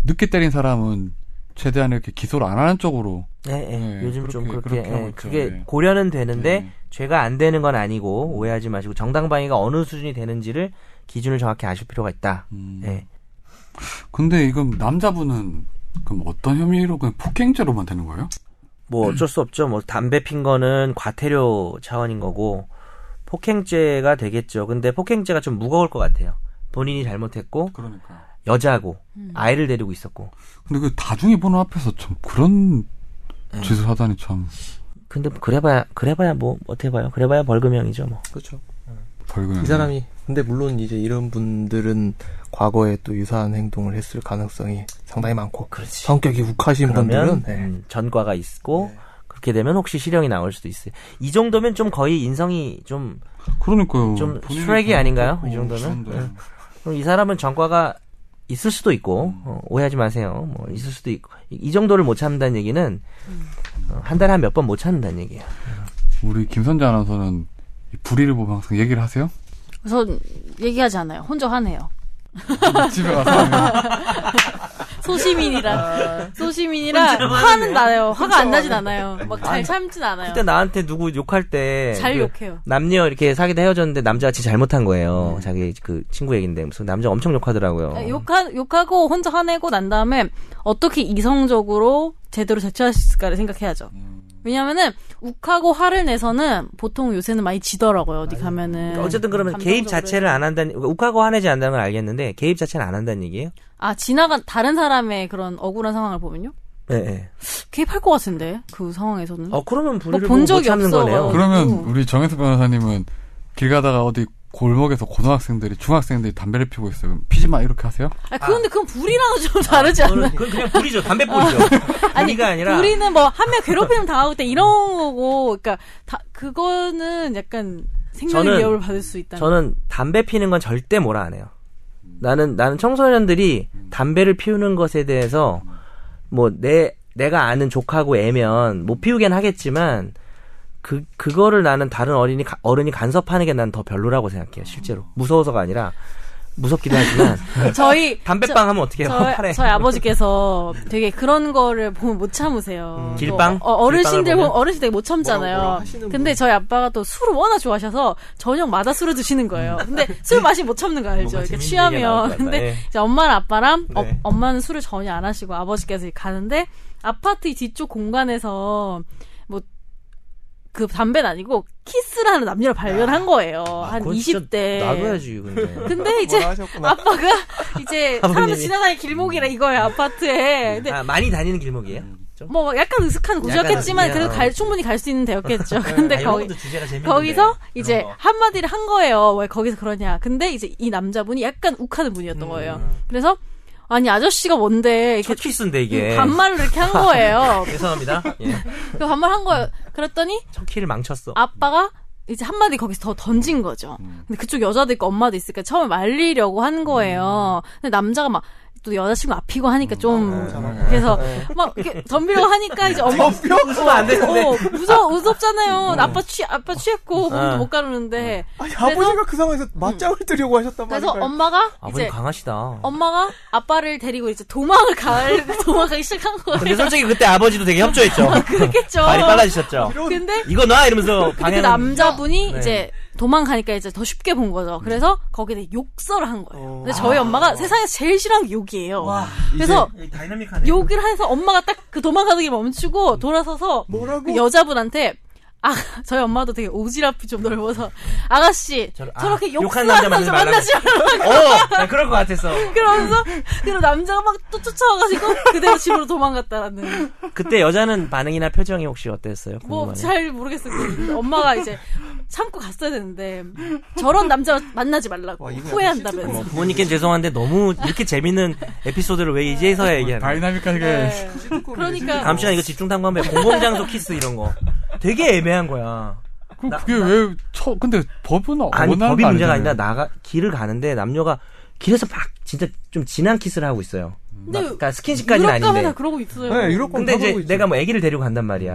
늦게 때린 사람은 최대한 이렇게 기소를 안 하는 쪽으로
예, 예.
네,
요즘 좀
그렇게-
그렇게,
그렇게 하고
예,
있죠.
그게
네.
고려는 되는데
네.
죄가 안 되는 건 아니고 오해하지 마시고 정당방위가 어느 수준이 되는지를 기준을 정확히 아실 필요가 있다.
음.
예.
근데 이건 남자분은 그럼 어떤 혐의로 그냥 폭행죄로만 되는 거예요?
뭐 어쩔 수 없죠. 뭐 담배 핀 거는 과태료 차원인 거고 폭행죄가 되겠죠. 근데 폭행죄가 좀 무거울 것 같아요. 본인이 잘못했고
그러니까.
여자고
음.
아이를 데리고 있었고.
근데 그 다중이 보는 앞에서 참 그런
네.
짓을 하다니 참
근데 그래봐야 그래봐야 뭐 어떻게 봐요? 그래봐야 벌금형이죠 뭐.
그렇죠.
벌금.
이 사람이 근데 물론 이제 이런 분들은 과거에 또 유사한 행동을 했을 가능성이 상당히 많고
그렇지.
성격이 욱하신
그러면
분들은 네.
음, 전과가 있고 그렇게 되면 혹시 실형이 나올 수도 있어요. 이 정도면 좀 거의 인성이 좀
그러니까요.
좀
본인이
슈렉이
잘못했고
아닌가요? 이 정도는?
그런데.
그럼 이 사람은 전과가 있을 수도 있고 어, 오해하지 마세요. 뭐 있을 수도 있고 이, 이 정도를 못 참는다는 얘기는 어, 한 달에 한 몇 번 못 참는다는 얘기예요. 네.
우리 김선재 아나운서는 이 불의를 보면 항상 얘기를 하세요?
우선 얘기하지 않아요. 혼자 화내요.
집에 가서
아.
소시민이라 소시민이라 화는 나요. 화가 안 나진 않아요. 막 잘 참진 않아요.
그때 나한테 누구 욕할 때
잘
그
욕해요.
남녀 이렇게 사귀다 헤어졌는데 남자가 지 잘못한 거예요. 자기 그 친구 얘긴데 무슨 남자 엄청 욕하더라고요.
네. 아, 욕하, 욕하고 혼자 화내고 난 다음에 어떻게 이성적으로 제대로 대처할 수 있을까를 생각해야죠.
음.
왜냐면은 욱하고 화를 내서는 보통 요새는 많이 지더라고요. 어디 가면은.
그러니까 어쨌든 그러면 개입
네. 감정적으로
자체를
해서.
안 한다는 그러니까 욱하고 화내지 않는다는 걸 알겠는데 개입 자체는 안 한다는 얘기예요?
아, 지나간 다른 사람의 그런 억울한 상황을 보면요.
예. 예.
개입할 것 같은데. 그 상황에서는.
어 그러면 불의를
뭐 본
보고 못
적이
참는
없어.
거네요.
그러면
음.
우리 정혜수 변호사님은 길 가다가 어디 골목에서 고등학생들이 중학생들이 담배를 피우고 있어요. 그럼 피지 마 이렇게 하세요?
아, 근데 그건 불이랑은 좀 다르지 않나요?
그건 그냥 불이죠. 담배 불이죠. 불이가 아니라
우리는 뭐 한 명 괴롭힘 당하고 때 이런 거고 그러니까 다 그거는 약간 생명의
저는-
위협을 받을 수 있다.
저는 담배 피는 건 절대 뭐라 안 해요. 나는 나는 청소년들이 담배를 피우는 것에 대해서 뭐 내 내가 아는 조카고 애면 못 피우긴 하겠지만 그 그거를 나는 다른 어린이 가- 어른이 간섭하는 게 난 더 별로라고 생각해요. 실제로 무서워서가 아니라 무섭기도 하지만
저희
담배빵 하면 어떻게 해요? 팔에.
저희, 저희 아버지께서 되게 그런 거를 보면 못 참으세요.
음, 길빵?
어, 어르신들
길빵을
보면
보면?
어르신들 못 참잖아요.
뭐라고 하시는
근데 저희 아빠가 또 술을 워낙 좋아하셔서 저녁마다 술을 드시는 거예요. 근데 술 맛이 못 참는 거 알죠?
음. 뭔가
이렇게
재밌는 얘기가 나올
취하면.
것 같다.
근데
예.
이제 엄마랑 아빠랑 어,
네.
엄마는 술을 전혀 안 하시고 아버지께서 가는데 아파트 뒤쪽 공간에서 뭐 그 담배는 아니고 키스를 하는 남녀를 발견한 거예요. 한
아, 그건 진짜
20대.
놔둬야지 근데.
근데 이제
뭐라 하셨구나.
아빠가 이제 사람들
아버님이. 음.
지나다니는 길목이라 이거예요 아파트에. 근데
아, 많이 다니는 길목이에요. 좀?
뭐 약간 의슥한 곳이었겠지만
약간,
그래도
어.
갈, 충분히 갈 수 있는 데였겠죠. 근데
아, 이런
거기
것도 주제가 재밌는데.
거기서
이런
이제
거.
한마디를
음.
한 거예요. 왜 거기서 그러냐. 근데 이제 이 남자분이 약간 욱하는 분이었던 거예요. 그래서 아니 아저씨가 뭔데 이렇게
첫 키스인데 이게.
반말을 이렇게 한 거예요.
죄송합니다. 예.
그 반말한 거예요. 그랬더니
첫 키를 망쳤어.
아빠가 이제 한마디 거기서 더 던진 거죠.
음.
근데 그쪽 여자도 있고 엄마도 있으니까 처음에 말리려고 한 거예요.
음.
근데 남자가 막 또 여자친구 앞이고 하니까 좀
음.
네.
그래서 막 이렇게 덤비려고 하니까 이제 엄마
웃으면 네. 안 되는데. 음.
어, 무서 무섭잖아요. 아빠 취 아빠 취했고 공도
어.
못 가르는데
아니,
그래서- 음.
아버지가 그 상황에서 맞짱을 뜨려고 하셨단
그래서
말이에요.
엄마가
아버님
이제
강하시다.
엄마가 아빠를 데리고 이제 도망을 갈 도망가기 시작한
근데
거예요.
솔직히 그때 아버지도 되게 협조했죠.
그랬겠죠.
발이 빨라지셨죠.
근데
이거 놔 이러면서
근데
방향.
그 남자분이
네. 음.
이제 도망가니까 이제 더 쉽게 본 거죠. 그래서 거기에 욕설을 한
어.
거예요. 근데 저희 엄마가 세상에서 제일 싫어하는 게 욕이에요. 그래서
아. 다이나믹하네.
욕을 해서 엄마가 딱 그 도망가는 게
음.
멈추고 돌아서서
뭐라고?
그 여자분한테 아 저희 엄마도 되게 오지랖이 좀 넓어서 아가씨
저를- 아,
저렇게
욕한
욕하는
남자
남자
만나지
만나지 말라고
어, 나 그럴 것 같았어.
그러면서 그런 남자가 막 또 쫓아와가지고 그대로 집으로 도망갔다라는
그때 여자는 반응이나 표정이 혹시 어땠어요?
뭐
궁금하네.
잘 모르겠어요. 그 엄마가 이제 참고 갔어야 되는데 저런 남자 만나지 말라고 후회한다면서.
뭐 부모님께 죄송한데 너무 이렇게 재밌는 에피소드를 왜 이제서야 얘기하는 거야?
다이나믹하게
네. 그러니까
다음 시간 이거 집중 탐구하면 돼. 공공장소 키스 이런 거. 되게 애매한 거야.
그,
나-
그게 왜 처, 근데 법은
아니
원하는
법이
거
문제가
아니잖아요.
아니라 나가 길을 가는데 남녀가 길에서 막 진짜 좀 진한 키스를 하고 있어요.
근데
그러니까 스킨십까지는
유럽 가면
아닌데.
다 그러고 있어요.
네, 유럽 건
근데
다
이제
그러고 있죠.
내가 뭐 아기를 데리고 간단 말이야.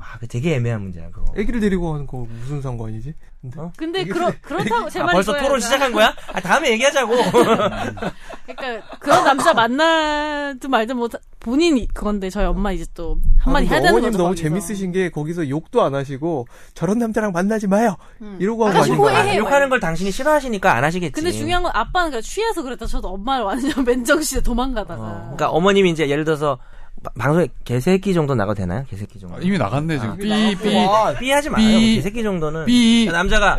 아, 그거 되게 애매한 문제야 그거.
애기를 데리고 하는 거 무슨 상관이지? 근데
어?
근데 그러, 그렇다고 제
아,
말이
벌써
그거예요.
토론 시작한 거야? 아, 다음에 얘기하자고.
그러니까 그런 남자 만나도 말든 뭐 다- 본인이 그건데 저희 엄마 이제 또 한마디
아니,
해야 되는
어머님
거죠.
너무
거기서.
재밌으신 게 거기서 욕도 안 하시고 저런 남자랑 만나지 마요. 이러고 하고
음. 아가씨
아닌 거야.
후회해.
아, 욕하는 걸 당신이 싫어하시니까 안 하시겠지.
근데 중요한 건 아빠는 그냥 취해서 그랬다. 저도 엄마를 완전 맨정신에 도망가다가.
그러니까 어머님이 이제 예를 들어서 바- 방송에 개새끼 정도 나가도 되나요? 개새끼 정도.
아, 이미 나갔네 지금 삐삐
와,
삐 하지 마요.
삐.
개새끼 정도는
삐.
그러니까 남자가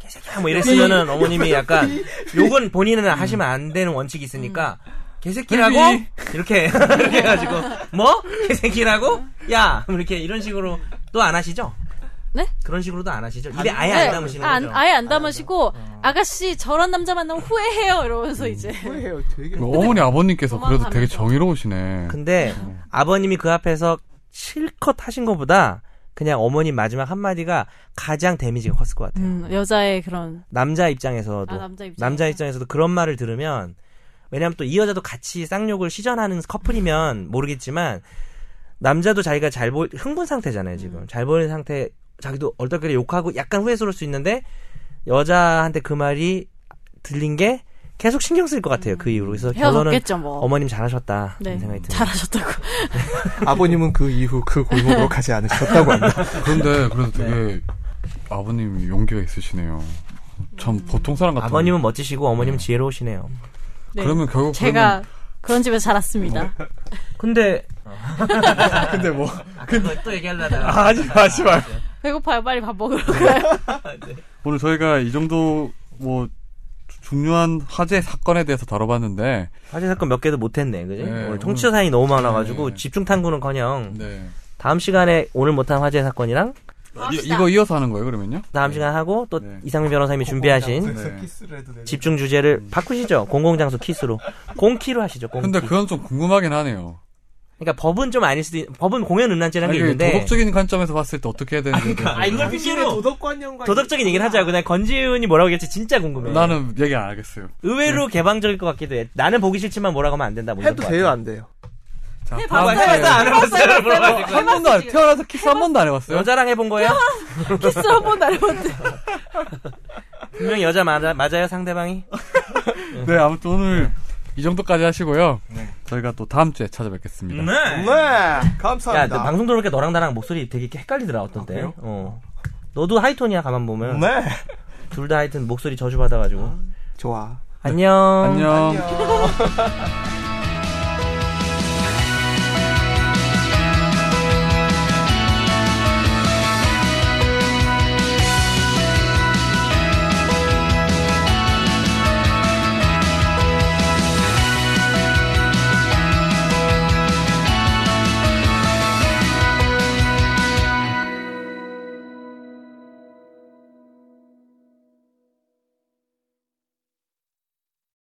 개새끼야 뭐 이랬으면은 어머님이 약간 욕은 본인은 하시면 안 되는 원칙이 있으니까 개새끼라고
삐.
이렇게 이렇게 해가지고 뭐 개새끼라고 야뭐 이렇게 이런 식으로 또 안 하시죠?
네?
그런 식으로도 안 하시죠? 그러니까 입에 아예
네.
안 담으시는
아, 안-
거죠? 어.
아예 안 담으시고 아가씨 저런 남자 만나면 후회해요 이러면서
음.
이제
후회해요. 되게
그 어머니 아버님께서 그래도
도망가면서.
되게 정의로우시네.
근데 아버님이 그 앞에서 실컷 하신 것보다 그냥 어머님 마지막 한마디가 가장 데미지가 컸을 것 같아요.
음, 여자의 그런
남자 입장에서도
아, 남자 입장에서.
에서도 그런 말을 들으면 왜냐하면 또 이 여자도 같이 쌍욕을 시전하는 커플이면 모르겠지만 남자도 자기가 잘 보, 흥분 상태잖아요 지금 잘 보이는 상태 자기도 얼떨결에 욕하고 약간 후회스러울 수 있는데 여자한테 그 말이 들린 게 계속 신경 쓸 것 같아요 그 이후로 그래서 결혼은
헤어졌겠죠 뭐.
어머님 잘하셨다
네.
이런 생각이 듭니다.
잘하셨다고.
아버님은 그 이후 그 골목으로 가지 않으셨다고 합니다.
그런데 네. 그래도 되게 아버님이 용기가 있으시네요. 참 보통 사람 음. 같아요.
아버님은 멋지시고 어머님은 지혜로우시네요.
네.
그러면 결국
제가 그런 집에 자랐습니다.
뭐? 근데
그러면- 근데 뭐
근데 아, 또 얘기하려다가
아, 하지 마, 하지 말.
배고파요. 빨리 밥 먹으러
아,
가요.
오늘 저희가 이 정도 뭐 주- 중요한 화제 사건에 대해서 다뤄봤는데
화재 사건 몇 개도 못했네 그지?
네,
오늘
오늘-
통치자 사연이 너무 많아가지고
네.
집중 탐구는커녕
네.
다음 시간에 오늘 못한 화재 사건이랑
이,
합시다.
이거 이어서 하는 거예요, 그러면요?
다음 시간 하고 또
네.
이상민 변호사님이 준비하신
네.
키스를 해도 되는
집중 주제를 바꾸시죠. 공공장소 키스로 공키로 하시죠. 공키.
근데 그건 좀 궁금하긴 하네요.
그러니까 법은 좀 아닐 수도 있, 법은 공연 음란죄라는
아니, 그
게 있는데
도덕적인 관점에서 봤을 때 어떻게 해야 되는지
아, 이걸
당신의
핑계로
도덕관념과
도덕적인 얘기를 하자고 난 건지훈이 뭐라고 할지 진짜 궁금해.
나는 네. 얘기 안 하겠어요.
의외로 개방적일 것 같기도 해. 나는 보기 싫지만 뭐라고 하면 안 된다. 뭐 이런
해도
것
돼요
같아.
안 돼요?
자,
해봤어요.
다음 주에-
해봤어요, 안 해봤어요? 물어봐야 될것 같아.
한 번도 안, 태어나서 키스 한 번도 안 해봤어요?
여자랑 해본 거예요?
키스 한번 안 해봤대.
분명 여자 맞아, 맞아요 상대방이?
네, 아무튼 오늘 이 정도까지 하시고요. 저희가 또 다음 주에 찾아뵙겠습니다.
네,
야,
감사합니다.
나 그러니까 방송 들어올 때 너랑 나랑 목소리 되게 이렇게 헷갈리더라
아,
어떤 때.
그래요?
어. 너도 하이톤이야 가만 보면.
네,
둘
아, 네.
다 하여튼 목소리 저주 받아가지고.
좋아.
안녕.
안녕.
안녕.